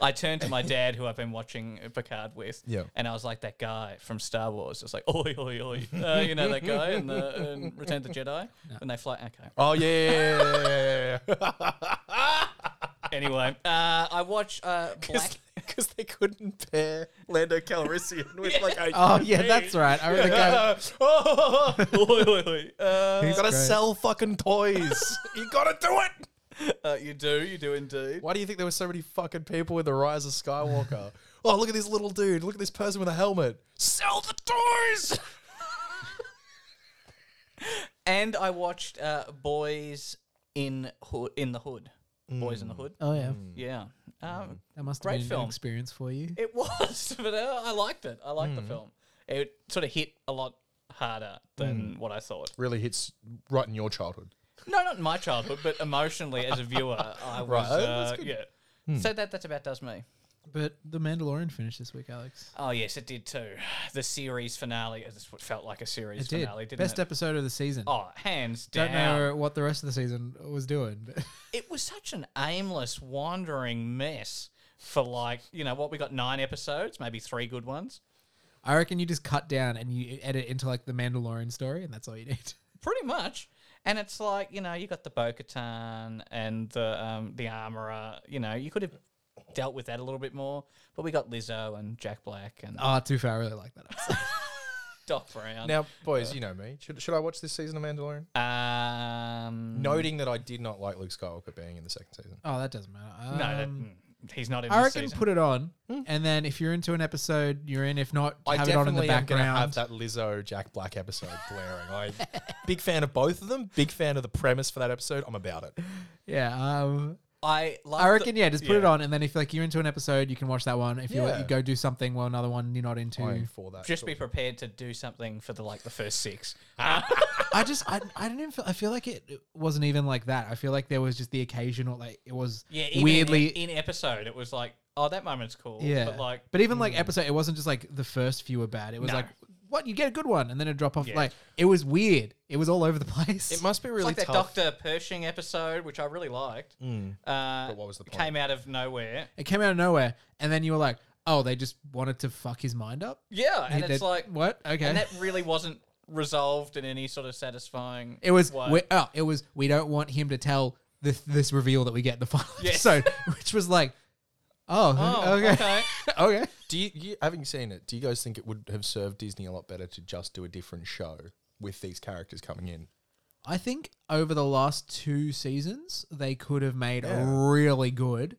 [SPEAKER 3] I turned to my dad, who I've been watching Picard with,
[SPEAKER 2] Yeah.
[SPEAKER 3] and I was like, that guy from Star Wars. It's like, oi, oi, oi. Uh, you know, that guy in, the, in Return of the Jedi? And they fly, okay.
[SPEAKER 2] Oh yeah, yeah, yeah, yeah, yeah, yeah.
[SPEAKER 3] Anyway, uh, I watch uh, Black.
[SPEAKER 2] because they couldn't pair Lando Calrissian with like a
[SPEAKER 1] Oh
[SPEAKER 2] human
[SPEAKER 3] (laughs)
[SPEAKER 1] yeah, that's right. I remember going,
[SPEAKER 2] oh, oi, oi, oi. Uh, (laughs) you
[SPEAKER 1] He's
[SPEAKER 2] gotta
[SPEAKER 1] great.
[SPEAKER 2] sell fucking toys. you gotta do it.
[SPEAKER 3] Uh, you do, you do indeed.
[SPEAKER 2] Why do you think there were so many fucking people with the Rise of Skywalker? oh, look at this little dude. Look at this person with a helmet. Sell the toys.
[SPEAKER 3] And I watched uh, Boys in Hood, in the Hood. Boys in the Hood.
[SPEAKER 1] (laughs) "Oh yeah,
[SPEAKER 3] Yeah, um,
[SPEAKER 1] that must have
[SPEAKER 3] Hmm. Great
[SPEAKER 1] been an
[SPEAKER 3] film.
[SPEAKER 1] experience for you."
[SPEAKER 3] it was, (laughs) but uh, I liked it. I
[SPEAKER 1] Mm.
[SPEAKER 3] liked the film. It sort of hit a lot harder
[SPEAKER 1] Mm.
[SPEAKER 3] than what I thought.
[SPEAKER 2] Really hits right in your childhood.
[SPEAKER 3] No, not in my childhood, but emotionally as a viewer,
[SPEAKER 1] (laughs)
[SPEAKER 3] I was.
[SPEAKER 2] Right, that's
[SPEAKER 3] Uh,
[SPEAKER 2] good.
[SPEAKER 3] yeah.
[SPEAKER 1] Hmm.
[SPEAKER 3] So that that's about does me.
[SPEAKER 1] But The Mandalorian finished this week, Alex.
[SPEAKER 3] Oh yes, it did too. The series finale. It's what felt like a series
[SPEAKER 1] It did.
[SPEAKER 3] finale, didn't
[SPEAKER 1] Best
[SPEAKER 3] it?
[SPEAKER 1] episode of the season.
[SPEAKER 3] oh, hands
[SPEAKER 1] Don't
[SPEAKER 3] down.
[SPEAKER 1] know what the rest of the season was doing. But (laughs)
[SPEAKER 3] It was such an aimless, wandering mess for like you know what we got nine episodes, maybe three good ones.
[SPEAKER 1] I reckon you just cut down and you edit into like the Mandalorian story, and that's all you need.
[SPEAKER 3] pretty much. And it's like you know you got the Bo-Katan and the um, the Armorer. You know you could have dealt with that a little bit more, but we got Lizzo and Jack Black and
[SPEAKER 1] Ah, too far. I really like that episode.
[SPEAKER 3] Doc Brown.
[SPEAKER 2] Now, boys, you know me. Should, should I watch this season of Mandalorian?
[SPEAKER 3] um,
[SPEAKER 2] Noting that I did not like Luke Skywalker being in the second season.
[SPEAKER 1] (laughs) oh, that doesn't matter.
[SPEAKER 3] no, that,
[SPEAKER 1] Um,
[SPEAKER 3] mm, he's not in.
[SPEAKER 1] I
[SPEAKER 3] this
[SPEAKER 1] reckon
[SPEAKER 3] season.
[SPEAKER 1] put it on, and then if you're into an episode, you're in. If not, have it on in the
[SPEAKER 2] am gonna
[SPEAKER 1] background.
[SPEAKER 2] have that Lizzo Jack Black episode blaring. I (laughs) big fan of both of them. Big fan of the premise for that episode. I'm about it.
[SPEAKER 1] Yeah. Um,
[SPEAKER 3] I love
[SPEAKER 1] I reckon, yeah, just put it
[SPEAKER 3] yeah.
[SPEAKER 1] on, and then if like you're into an episode, you can watch that one. If you
[SPEAKER 2] Yeah.
[SPEAKER 1] you go do something, well, another one you're not into.
[SPEAKER 2] I'm for that.
[SPEAKER 3] Just
[SPEAKER 2] sort
[SPEAKER 3] be
[SPEAKER 2] of-
[SPEAKER 3] prepared to do something for the like the first six.
[SPEAKER 1] I just, I, I don't even feel, I feel like it wasn't even like that. I feel like there was just the occasional, like, it was
[SPEAKER 3] Yeah, even
[SPEAKER 1] weirdly.
[SPEAKER 3] in, in episode, it was like, oh, that moment's cool.
[SPEAKER 1] yeah.
[SPEAKER 3] but like, hmm.
[SPEAKER 1] but even like episode, it wasn't just like the first few were bad. It was
[SPEAKER 3] No.
[SPEAKER 1] like, what? You get a good one, and then it drop off.
[SPEAKER 3] Yeah.
[SPEAKER 1] Like, it was weird. It was all over the (laughs) place.
[SPEAKER 2] It must be really
[SPEAKER 3] it's like
[SPEAKER 2] tough.
[SPEAKER 3] that Doctor Pershing episode, which I really liked.
[SPEAKER 1] Hmm.
[SPEAKER 3] Uh,
[SPEAKER 2] But what was the point?
[SPEAKER 3] Came out of nowhere.
[SPEAKER 1] it came out of nowhere, and then you were like, oh, they just wanted to fuck his mind up?
[SPEAKER 3] Yeah, and
[SPEAKER 1] They-
[SPEAKER 3] it's like,
[SPEAKER 1] what? Okay.
[SPEAKER 3] and that really wasn't resolved in any sort of satisfying.
[SPEAKER 1] It was
[SPEAKER 3] way.
[SPEAKER 1] we, oh, it was we don't want him to tell this this reveal that we get in the final
[SPEAKER 3] (laughs) Yes.
[SPEAKER 1] episode, which was like, oh,
[SPEAKER 3] oh,
[SPEAKER 1] (laughs)
[SPEAKER 3] okay.
[SPEAKER 1] okay, okay.
[SPEAKER 2] Do you, you, having seen it, do you guys think it would have served Disney a lot better to just do a different show with these characters coming in?
[SPEAKER 1] I think over the last two seasons they could have made a
[SPEAKER 2] Yeah.
[SPEAKER 1] really good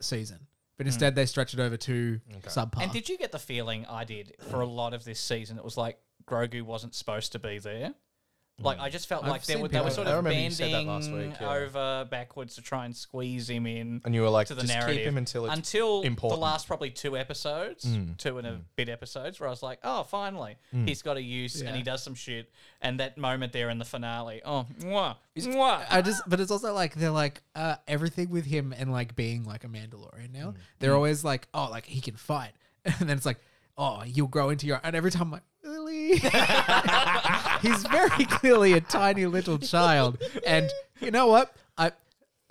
[SPEAKER 1] season, but instead they stretched it over two subpar.
[SPEAKER 3] Hmm.
[SPEAKER 1] (laughs)
[SPEAKER 3] And did you get the feeling I did for a lot of this season? It was like Grogu wasn't supposed to be there.
[SPEAKER 1] Hmm.
[SPEAKER 3] Like I just felt
[SPEAKER 1] I've
[SPEAKER 3] like they
[SPEAKER 1] seen
[SPEAKER 3] were, they were
[SPEAKER 1] people-
[SPEAKER 3] sort
[SPEAKER 2] I
[SPEAKER 3] of
[SPEAKER 2] remember
[SPEAKER 3] bending
[SPEAKER 2] you said that last week, yeah.
[SPEAKER 3] over backwards to try and squeeze him in.
[SPEAKER 2] And you were like,
[SPEAKER 3] to the
[SPEAKER 2] just
[SPEAKER 3] narrative
[SPEAKER 2] keep him until it's
[SPEAKER 3] until
[SPEAKER 2] important. Hmm.
[SPEAKER 3] the last probably two episodes, two and a bit episodes, where I was like, oh, finally, he's got a use
[SPEAKER 1] Yeah.
[SPEAKER 3] and he does some shit. And that moment there in the finale, oh, mwah, mwah.
[SPEAKER 1] I just, but it's also like they're like uh, everything with him and like being like a Mandalorian
[SPEAKER 3] Mm.
[SPEAKER 1] now. They're always like, oh, like he can fight, (laughs) and then it's like, oh, you'll grow into your. And every time I'm like, really, (laughs) he's very clearly a tiny little child, and you know what, I.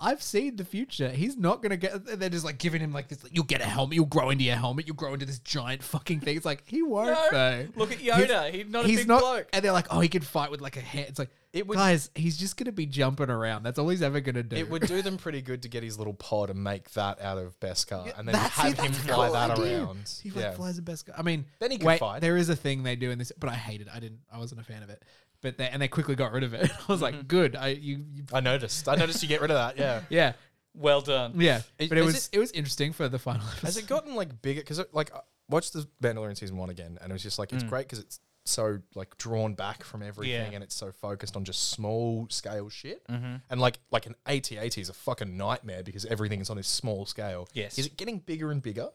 [SPEAKER 1] I've seen the future. He's not gonna get. and They're just like giving him like this. Like, you'll get a helmet. You'll grow into your helmet. You'll grow into this giant fucking thing. It's like he won't.
[SPEAKER 3] No.
[SPEAKER 1] though.
[SPEAKER 3] Look at Yoda. He's not a big bloke.
[SPEAKER 1] And they're like, oh, he can fight with like a hand. It's like,
[SPEAKER 2] It would-
[SPEAKER 1] guys, he's just gonna be jumping around. That's all he's ever gonna do. (laughs)
[SPEAKER 2] (laughs) It would do them pretty good to get his little pod and make that out of Beskar, and then
[SPEAKER 1] That's
[SPEAKER 2] have
[SPEAKER 1] it,
[SPEAKER 2] him
[SPEAKER 1] that's a
[SPEAKER 2] fly
[SPEAKER 1] cool
[SPEAKER 2] that
[SPEAKER 1] idea.
[SPEAKER 2] around.
[SPEAKER 1] He like
[SPEAKER 2] Yeah.
[SPEAKER 1] flies a best guy. I mean,
[SPEAKER 2] Then he can
[SPEAKER 1] wait,
[SPEAKER 2] fight.
[SPEAKER 1] There is a thing they do in this, but I hate it. I didn't. I wasn't a fan of it. But they, and they quickly got rid of it. (laughs) I was
[SPEAKER 2] Mm-hmm.
[SPEAKER 1] like, good. I you, you
[SPEAKER 2] I noticed. I noticed you get rid of that. Yeah.
[SPEAKER 1] yeah,
[SPEAKER 3] Well done.
[SPEAKER 1] yeah.
[SPEAKER 2] Is-
[SPEAKER 1] but it
[SPEAKER 2] is
[SPEAKER 1] was it, was interesting for the final.
[SPEAKER 2] Has
[SPEAKER 1] Episode.
[SPEAKER 2] it gotten like bigger? Because like I watched the Mandalorian season one again, and it was just like it's great 'cause great because it's so like drawn back from everything,
[SPEAKER 3] Mm. Yeah. Mm-hmm.
[SPEAKER 2] and it's so focused on just small scale shit. And like like an AT-AT is a fucking nightmare because everything is on this small scale.
[SPEAKER 3] Yes.
[SPEAKER 2] is it getting bigger and bigger?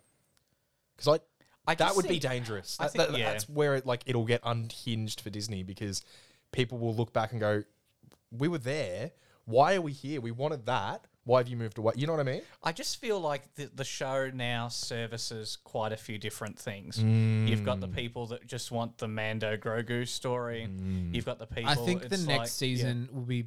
[SPEAKER 2] Because I
[SPEAKER 3] I
[SPEAKER 2] that
[SPEAKER 3] just
[SPEAKER 2] would be
[SPEAKER 3] think-
[SPEAKER 2] dangerous.
[SPEAKER 3] I
[SPEAKER 2] That-
[SPEAKER 3] think-
[SPEAKER 2] that-
[SPEAKER 3] yeah.
[SPEAKER 2] That's where it like it'll get unhinged for Disney because people will look back and go, "We were there. Why are we here? We wanted that. Why have you moved away? You know what I mean?
[SPEAKER 3] I just feel like the, the show now services quite a few different things.
[SPEAKER 2] Hmm.
[SPEAKER 3] You've got the people that just want the Mando Grogu story.
[SPEAKER 2] Hmm.
[SPEAKER 3] You've got the people.
[SPEAKER 1] I think the
[SPEAKER 3] it's
[SPEAKER 1] next
[SPEAKER 3] like-
[SPEAKER 1] season will be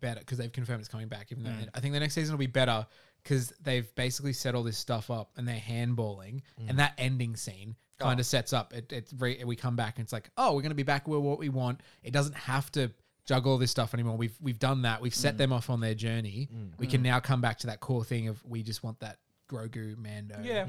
[SPEAKER 1] better because they've confirmed it's coming back. Even
[SPEAKER 3] Mm.
[SPEAKER 1] though I think the next season will be better because they've basically set all this stuff up and they're handballing,
[SPEAKER 3] Mm.
[SPEAKER 1] and that ending scene
[SPEAKER 3] Oh.
[SPEAKER 1] kind of sets up. It, it re, we come back and it's like, oh, we're gonna be back where what we want. It doesn't have to juggle all this stuff anymore. We've
[SPEAKER 3] Mm.
[SPEAKER 1] we've done that. We've set them off on their journey. We can now come back to that core thing of we just want that Grogu, Mando.
[SPEAKER 3] Yeah.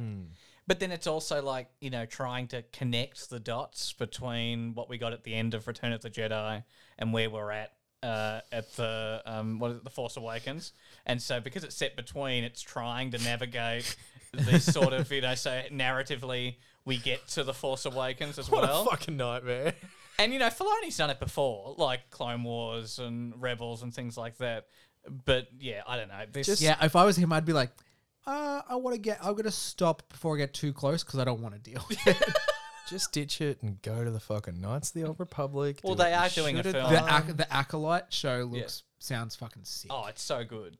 [SPEAKER 3] But then it's also like, you know, trying to connect the dots between what we got at the end of Return of the Jedi and where we're at uh, at the um, what is it, the Force Awakens. And so because it's set between, it's trying to navigate this sort of, you know, so narratively we get to the Force Awakens as
[SPEAKER 4] What
[SPEAKER 3] well.
[SPEAKER 4] a fucking nightmare.
[SPEAKER 3] And you know, Filoni's done it before, like Clone Wars and Rebels and things like that. But yeah, I don't know. This
[SPEAKER 1] Yeah, if I was him, I'd be like, uh, I want to get, I'm going to stop before I get too close because I don't want to
[SPEAKER 3] (laughs)
[SPEAKER 1] deal with it.
[SPEAKER 2] Just ditch it and go to the fucking Knights of the Old Republic.
[SPEAKER 3] Well,
[SPEAKER 2] do what
[SPEAKER 3] they
[SPEAKER 2] you
[SPEAKER 3] are doing a
[SPEAKER 2] should've
[SPEAKER 3] film.
[SPEAKER 1] the,
[SPEAKER 2] done.
[SPEAKER 1] ac- the Acolyte show looks, sounds fucking sick.
[SPEAKER 3] Oh, it's so good.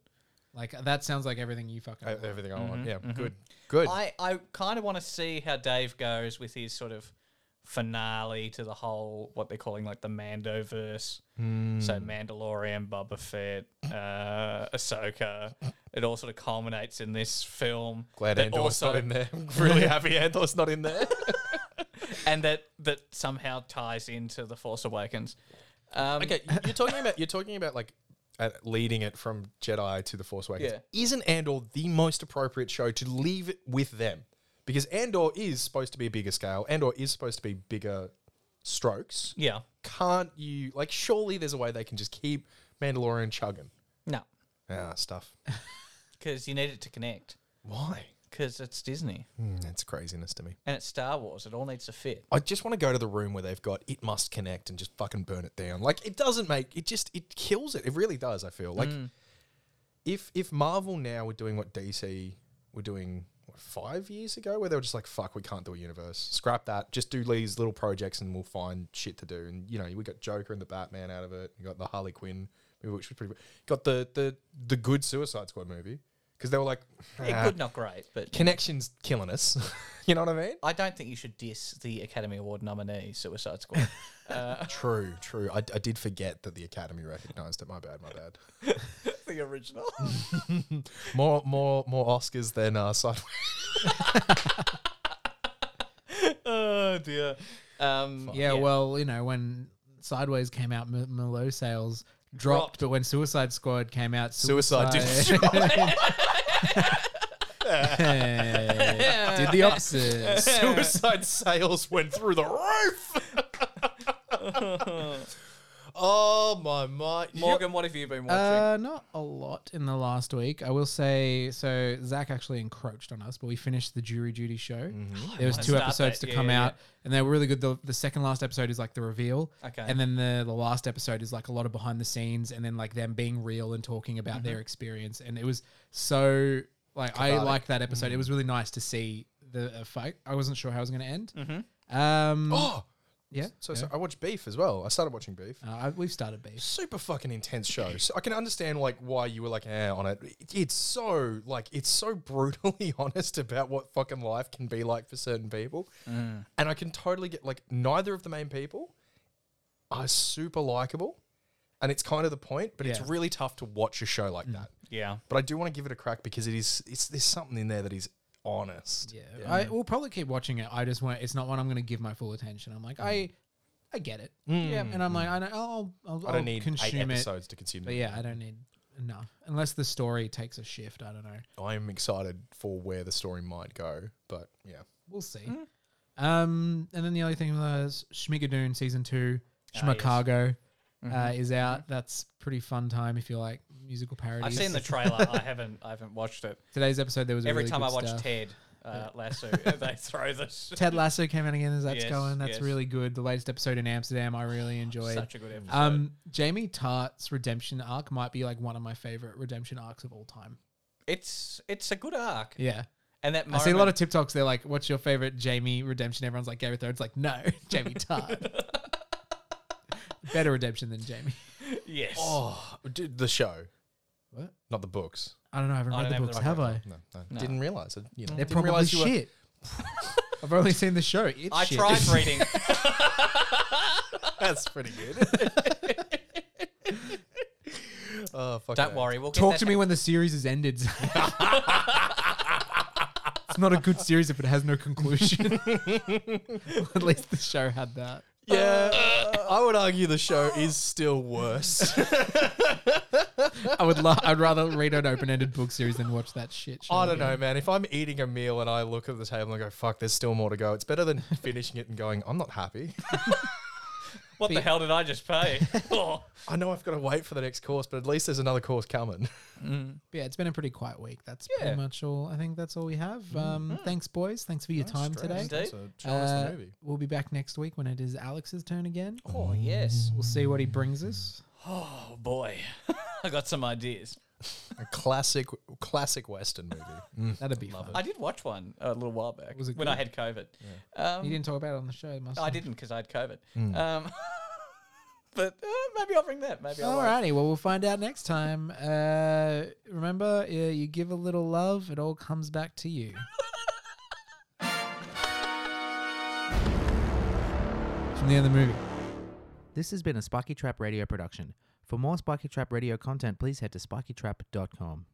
[SPEAKER 1] Like, that sounds like everything you fucking
[SPEAKER 2] Uh,
[SPEAKER 1] want.
[SPEAKER 2] Everything I want. Yeah, good. Good.
[SPEAKER 3] I, I kind of want to see how Dave goes with his sort of finale to the whole what they're calling like the Mandoverse.
[SPEAKER 2] Hmm.
[SPEAKER 3] So Mandalorian, Boba Fett, uh, Ahsoka. It all sort of culminates in this film.
[SPEAKER 2] Glad
[SPEAKER 3] that
[SPEAKER 2] Andor's not in there. (laughs) I'm really happy Andor's not in there.
[SPEAKER 3] and that that somehow ties into the Force Awakens.
[SPEAKER 2] (laughs)
[SPEAKER 3] Um,
[SPEAKER 2] okay, y- you're talking about you're talking about like uh, leading it from Jedi to the Force Awakens.
[SPEAKER 3] Yeah.
[SPEAKER 2] Isn't Andor the most appropriate show to leave it with them? Because Andor is supposed to be a bigger scale. Andor is supposed to be bigger strokes.
[SPEAKER 3] Yeah.
[SPEAKER 2] Can't you like? Surely there's a way they can just keep Mandalorian chugging.
[SPEAKER 3] No,
[SPEAKER 2] Ah, stuff.
[SPEAKER 3] because you need it to connect.
[SPEAKER 2] Why?
[SPEAKER 3] Because it's Disney
[SPEAKER 2] Mm, that's craziness to me.
[SPEAKER 3] and it's Star Wars. It all needs to fit.
[SPEAKER 2] I just want to go to the room where they've got it must connect and just fucking burn it down. Like it doesn't make it just it kills it. It really does, I feel. Like if if Marvel now were doing what DC were doing what, five years ago, where they were just like, fuck, we can't do a universe. Scrap that. Just do these little projects and we'll find shit to do. And you know, we got Joker and the Batman out of it. You got the Harley Quinn movie, which was pretty got the the the good Suicide Squad movie. Because they were like
[SPEAKER 3] It
[SPEAKER 2] "Ah,
[SPEAKER 3] could not great, but
[SPEAKER 2] connections killing us. (laughs) you know what I mean?
[SPEAKER 3] I don't think you should diss the Academy Award nominee Suicide
[SPEAKER 1] (laughs)
[SPEAKER 3] Squad.
[SPEAKER 2] True, true. I, I did forget that the Academy recognised it. My bad, my bad.
[SPEAKER 3] the original.
[SPEAKER 2] More, more, more Oscars than uh, Sideways.
[SPEAKER 3] (laughs) oh dear. Um,
[SPEAKER 1] Yeah, well, you know, when Sideways came out, M- Merlot sales dropped,
[SPEAKER 3] Dropped.
[SPEAKER 1] but when Suicide Squad came out,
[SPEAKER 2] Suicide did
[SPEAKER 1] (laughs)
[SPEAKER 2] (laughs)
[SPEAKER 1] did the opposite.
[SPEAKER 2] Suicide sales went through the roof.
[SPEAKER 3] (laughs)
[SPEAKER 1] (laughs)
[SPEAKER 2] oh my my!
[SPEAKER 3] Morgan, what have you been watching?
[SPEAKER 1] Uh, not a lot in the last week. I will say. So Zach actually encroached on us, but we finished the Jury Duty show. There was
[SPEAKER 3] Oh, wanna
[SPEAKER 1] two
[SPEAKER 3] start
[SPEAKER 1] episodes
[SPEAKER 3] that.
[SPEAKER 1] to
[SPEAKER 3] Yeah,
[SPEAKER 1] come
[SPEAKER 3] yeah,
[SPEAKER 1] out, and they were really good. The, the second last episode is like the reveal,
[SPEAKER 3] Okay.
[SPEAKER 1] and then the the last episode is like a lot of behind the scenes, and then like them being real and talking about
[SPEAKER 3] Mm-hmm.
[SPEAKER 1] their experience. And it was so like I liked that episode.
[SPEAKER 3] Mm-hmm.
[SPEAKER 1] It was really nice to see the uh, fight. I wasn't sure how it was going to end.
[SPEAKER 3] Mm-hmm.
[SPEAKER 1] Um,
[SPEAKER 2] Oh,
[SPEAKER 1] yeah.
[SPEAKER 2] so,
[SPEAKER 1] yeah.
[SPEAKER 2] so I watched Beef as well. I started watching Beef.
[SPEAKER 1] Uh, I- we've started beef.
[SPEAKER 2] Super fucking intense show. So I can understand like why you were like eh on it. It- It's so like it's so (laughs) brutally honest about what fucking life can be like for certain people.
[SPEAKER 1] Mm.
[SPEAKER 2] And I can totally get like neither of the main people are super likable. And it's kind of the point, but
[SPEAKER 1] Yeah. Mm.
[SPEAKER 2] it's really tough to watch a show like that.
[SPEAKER 3] yeah.
[SPEAKER 2] But I do want to give it a crack because it is it's there's something in there that is honest.
[SPEAKER 1] Yeah, I will probably keep watching it. I just want it's not one I'm going to give my full attention. I'm like,
[SPEAKER 3] Mm.
[SPEAKER 1] I, I get it. Yeah, and I'm like, I don't, I'll, I'll,
[SPEAKER 2] I
[SPEAKER 1] I'll
[SPEAKER 2] don't need eight
[SPEAKER 1] consume it.
[SPEAKER 2] episodes to consume.
[SPEAKER 1] But
[SPEAKER 2] it.
[SPEAKER 1] yeah, I don't need enough unless the story takes a shift. I don't know.
[SPEAKER 2] I'm excited for where the story might go, but yeah.
[SPEAKER 1] We'll see.
[SPEAKER 3] Mm.
[SPEAKER 1] Um, and then the other thing was Schmigadoon season two,
[SPEAKER 3] Ah, yes. Mm-hmm.
[SPEAKER 1] Schmacargo, uh, is out. That's pretty fun time if you like musical parodies.
[SPEAKER 3] I've
[SPEAKER 1] (laughs)
[SPEAKER 3] seen the trailer. I haven't. I haven't watched it.
[SPEAKER 1] today's episode. There was a
[SPEAKER 3] Every
[SPEAKER 1] really
[SPEAKER 3] time I
[SPEAKER 1] good
[SPEAKER 3] watch
[SPEAKER 1] stuff.
[SPEAKER 3] Ted uh,
[SPEAKER 1] (laughs)
[SPEAKER 3] Lasso, they throw this.
[SPEAKER 1] Ted Lasso came out again. As that's
[SPEAKER 3] Yes,
[SPEAKER 1] going, that's
[SPEAKER 3] yes.
[SPEAKER 1] really good. The latest episode in Amsterdam, I really enjoyed.
[SPEAKER 3] Such a good episode.
[SPEAKER 1] Um, Jamie Tart's redemption arc might be like one of my favorite redemption arcs of all time.
[SPEAKER 3] it's it's a good arc,
[SPEAKER 1] Yeah.
[SPEAKER 3] and that
[SPEAKER 1] I see a lot of
[SPEAKER 3] moment-
[SPEAKER 1] TikToks. They're like, "What's your favorite Jamie redemption?" Everyone's like, "Game of Thrones." Like, no, (laughs) Jamie Tart. Better redemption than Jamie.
[SPEAKER 3] yes.
[SPEAKER 2] Oh, dude, the show.
[SPEAKER 1] What?
[SPEAKER 2] Not the books.
[SPEAKER 1] I don't know. I haven't
[SPEAKER 3] I
[SPEAKER 1] read
[SPEAKER 3] don't
[SPEAKER 1] the
[SPEAKER 3] have the
[SPEAKER 1] books,
[SPEAKER 3] right
[SPEAKER 1] have I?
[SPEAKER 2] No, no, Didn't realize it. You know,
[SPEAKER 1] They're
[SPEAKER 2] didn't
[SPEAKER 1] probably
[SPEAKER 2] realize you were-
[SPEAKER 1] shit. I've only seen the show. It's
[SPEAKER 3] I
[SPEAKER 1] shit.
[SPEAKER 3] tried
[SPEAKER 1] (laughs)
[SPEAKER 3] reading.
[SPEAKER 2] (laughs) That's pretty good. (laughs) oh, fuck
[SPEAKER 3] Don't
[SPEAKER 2] that.
[SPEAKER 3] worry, we'll get
[SPEAKER 1] Talk
[SPEAKER 3] that-
[SPEAKER 1] to me when the series is ended. it's not a good series (laughs) if it has no conclusion. At least the show had that.
[SPEAKER 2] Yeah.
[SPEAKER 4] I would argue the show is still worse.
[SPEAKER 1] I would lo- I'd rather read an open-ended book series than watch that shit. show
[SPEAKER 2] (laughs) I don't
[SPEAKER 1] again.
[SPEAKER 2] know, man. If I'm eating a meal and I look at the table and go, fuck, there's still more to go, it's
[SPEAKER 1] (laughs)
[SPEAKER 2] better than finishing it and going, I'm not happy.
[SPEAKER 3] What the hell did I
[SPEAKER 1] (laughs)
[SPEAKER 3] just pay? Oh.
[SPEAKER 2] I know I've got to wait for the next course, but at least there's another course coming.
[SPEAKER 1] Yeah, it's been a pretty quiet week. That's
[SPEAKER 3] Yeah.
[SPEAKER 1] pretty much all. I think that's all we have. Um, Thanks, boys. Thanks for your time today.
[SPEAKER 3] Indeed.
[SPEAKER 2] It's a tremendous
[SPEAKER 1] Uh,
[SPEAKER 2] movie.
[SPEAKER 1] We'll be back next week when it is Alex's turn again.
[SPEAKER 3] oh yes.
[SPEAKER 1] We'll see what he brings us.
[SPEAKER 3] Oh boy, (laughs) I got some ideas.
[SPEAKER 2] A classic, classic Western movie.
[SPEAKER 1] That'd be fun.
[SPEAKER 3] I did watch one a little while back
[SPEAKER 1] Was it
[SPEAKER 3] when I
[SPEAKER 1] good?
[SPEAKER 3] had COVID. Um,
[SPEAKER 1] You didn't Hmm. talk about it on the show, must
[SPEAKER 3] I
[SPEAKER 1] you?
[SPEAKER 3] didn't because I had COVID. Um, (laughs) but uh, maybe I'll bring that. Maybe I'll. wait.
[SPEAKER 1] Alrighty, well, we'll find out next time. Uh, remember, uh, you give a little love, it all comes back to you. From the end of the movie.
[SPEAKER 5] This has been a Spiky Trap Radio production. For more Spiky Trap Radio content, please head to spikytrap.com.